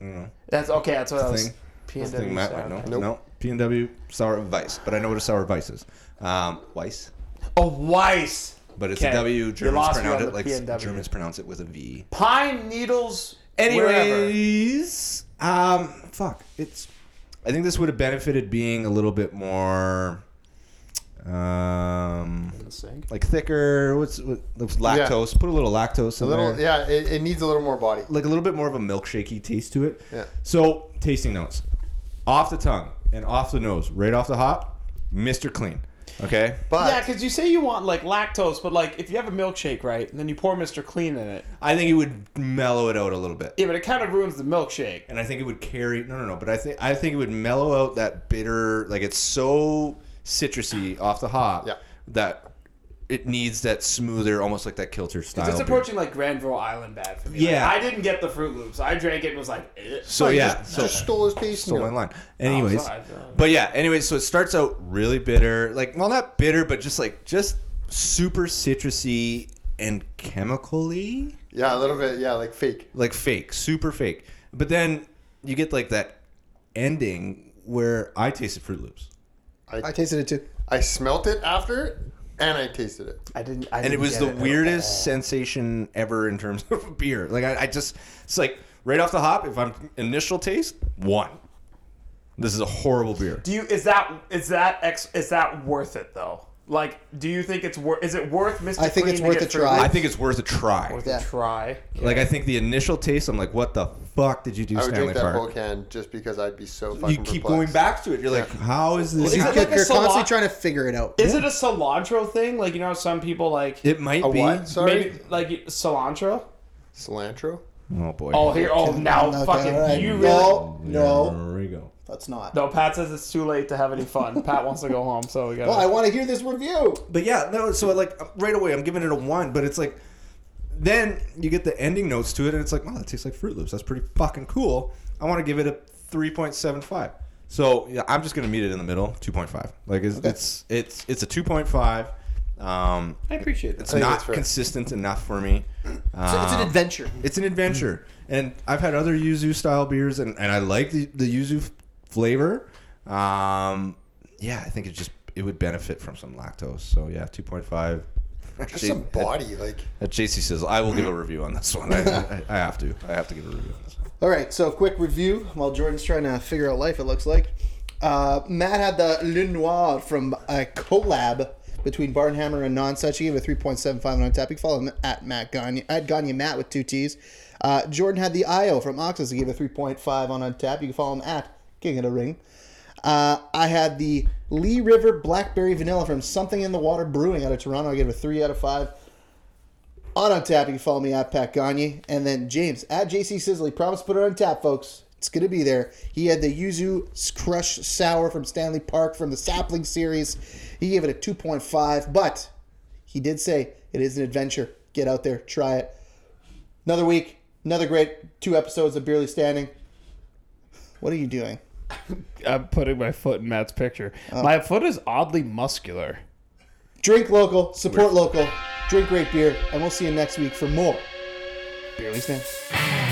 Speaker 2: I don't know.
Speaker 7: That's okay. That's what I was.
Speaker 2: Mm. Thing.
Speaker 7: P&W
Speaker 2: I think Matt might
Speaker 7: sound.
Speaker 2: know. No. PNW sour vice. But I know what a sour vice is. Um, Weiss.
Speaker 7: Oh, Weiss.
Speaker 2: But it's a
Speaker 7: Okay. You
Speaker 2: W. Germans
Speaker 7: lost me
Speaker 2: pronounce
Speaker 7: on
Speaker 2: it
Speaker 7: the
Speaker 2: like
Speaker 7: PNW.
Speaker 2: Germans pronounce it with a V.
Speaker 7: Pine needles. wherever.
Speaker 2: Anyways, um, fuck, it's. I think this would have benefited being a little bit more, um, like thicker. What's what, what's lactose? Put a little lactose
Speaker 5: A
Speaker 2: in
Speaker 5: little,
Speaker 2: there.
Speaker 5: yeah, it, it needs a little more body.
Speaker 2: Like a little bit more of a milkshakey taste to it.
Speaker 5: Yeah.
Speaker 2: So tasting notes, off the tongue and off the nose, right off the hop, Mister Clean. Okay.
Speaker 5: But
Speaker 7: Yeah, because you say you want like lactose, but like if you have a milkshake, right, and then you pour Mr. Clean in it,
Speaker 2: I think it would mellow it out a little bit.
Speaker 7: yeah, but it kind of ruins the milkshake.
Speaker 2: and I think it would carry. No, no, no. But I think I think it would mellow out that bitter. Like it's so citrusy off the hop
Speaker 5: Yeah.
Speaker 2: that it needs that smoother, almost like that kilter style.
Speaker 7: It's
Speaker 2: beer.
Speaker 7: approaching like Granville Island bad for me. Like,
Speaker 2: Yeah.
Speaker 7: I didn't get the Fruit Loops. I drank it and was like, eh.
Speaker 2: So yeah,
Speaker 5: just,
Speaker 2: so
Speaker 5: just stole his taste.
Speaker 2: stole my
Speaker 5: note.
Speaker 2: line.
Speaker 7: uh,
Speaker 2: Anyways,
Speaker 7: sorry, I thought-
Speaker 2: but yeah, anyways, so it starts out really bitter, like well, not bitter, but just like just super citrusy and chemically,
Speaker 5: Yeah, a little bit. Yeah, like fake.
Speaker 2: like fake, super fake. But then you get like that ending where I tasted Fruit Loops,
Speaker 5: I,
Speaker 3: I tasted it too.
Speaker 5: I smelt it after, and I tasted it.
Speaker 7: I didn't. I
Speaker 2: and
Speaker 7: didn't
Speaker 2: it was
Speaker 7: get
Speaker 2: the
Speaker 7: at
Speaker 2: weirdest
Speaker 7: all.
Speaker 2: sensation ever in terms of beer. Like I, I just, it's like right off the hop. If I'm initial taste, one. This is a horrible beer.
Speaker 7: Do you is that is that ex is that worth it though? Like, do you think it's worth? Is it worth Mr.
Speaker 3: I think
Speaker 7: Clean
Speaker 3: it's
Speaker 7: to
Speaker 3: worth
Speaker 7: get
Speaker 3: a
Speaker 7: Fruit
Speaker 3: try.
Speaker 7: Loops?
Speaker 2: I think it's worth a try.
Speaker 7: Worth
Speaker 3: Yeah.
Speaker 7: a try.
Speaker 2: Like I think the initial taste, I'm like, what the fuck did you do,
Speaker 5: I would
Speaker 2: Stanley
Speaker 5: drink that whole
Speaker 2: Park?
Speaker 5: can just because I'd be so fucking.
Speaker 2: You keep
Speaker 5: perplexed.
Speaker 2: going back to it. You're like, how is this?
Speaker 7: Is
Speaker 3: You're,
Speaker 7: it like a
Speaker 3: you're constantly
Speaker 7: salon-
Speaker 3: trying to figure it out.
Speaker 7: Is it a cilantro thing? Like you know, how some people like
Speaker 2: it might
Speaker 5: A
Speaker 2: be.
Speaker 5: what? Sorry,
Speaker 7: maybe like cilantro.
Speaker 5: cilantro.
Speaker 2: Oh boy.
Speaker 7: Oh here, oh now,
Speaker 3: Okay,
Speaker 7: fucking
Speaker 3: all right.
Speaker 7: you really.
Speaker 2: Oh,
Speaker 3: no, no,
Speaker 2: There we go.
Speaker 3: that's not.
Speaker 7: No, Pat says it's too late to have any fun. Pat wants to go home, so we got.
Speaker 3: Well, I want to hear this review.
Speaker 2: But yeah, no. So like right away, I'm giving it a one. But it's like, then you get the ending notes to it, and it's like, wow, that tastes like Fruit Loops. That's pretty fucking cool. I want to give it a 3.75. So yeah, I'm just gonna meet it in the middle, 2.5. Like it's it's it's, it's a 2.5. Um,
Speaker 7: I appreciate that.
Speaker 2: it's
Speaker 5: I think
Speaker 2: not
Speaker 5: that's fair.
Speaker 2: consistent enough for me.
Speaker 3: So it's an
Speaker 2: Um,
Speaker 3: adventure.
Speaker 2: It's an adventure. And I've had other yuzu style beers, and, and I like the, the yuzu f- flavor. Um, yeah, I think it just it would benefit from some lactose. So yeah, two point five. uh,
Speaker 5: Just some body, like
Speaker 2: At JC says, I will give a review on this one. I, I, I have to. I have to give a review on this one.
Speaker 3: All right, so quick review while Jordan's trying to figure out life, it looks like. Uh, Matt had the Le Noir from a collab between Barnhammer and Nonsuch. He gave it 3.75 on tap. You can follow him at Matt Gagne, at Gagne Matt with two T's. Uh, Jordan had the IO from Oxus. He gave it 3.5 on tap. You can follow him at King of the Ring. Uh, I had the Lee River Blackberry Vanilla from Something in the Water Brewing out of Toronto. I gave it a 3 out of 5. On on tap, you can follow me at Pat Gagne. And then James at JC Sizzly. Promise to put it on tap, folks. It's going to be there. He had the Yuzu Crush Sour from Stanley Park from the Sapling series. He gave it a 2.5, but he did say it is an adventure. Get out there, try it. Another week, another great two episodes of Barely Standing. What are you doing?
Speaker 7: I'm putting my foot in Matt's picture. My foot is oddly muscular.
Speaker 3: Drink local, support local, drink great beer, and we'll see you next week for more Barely Standing.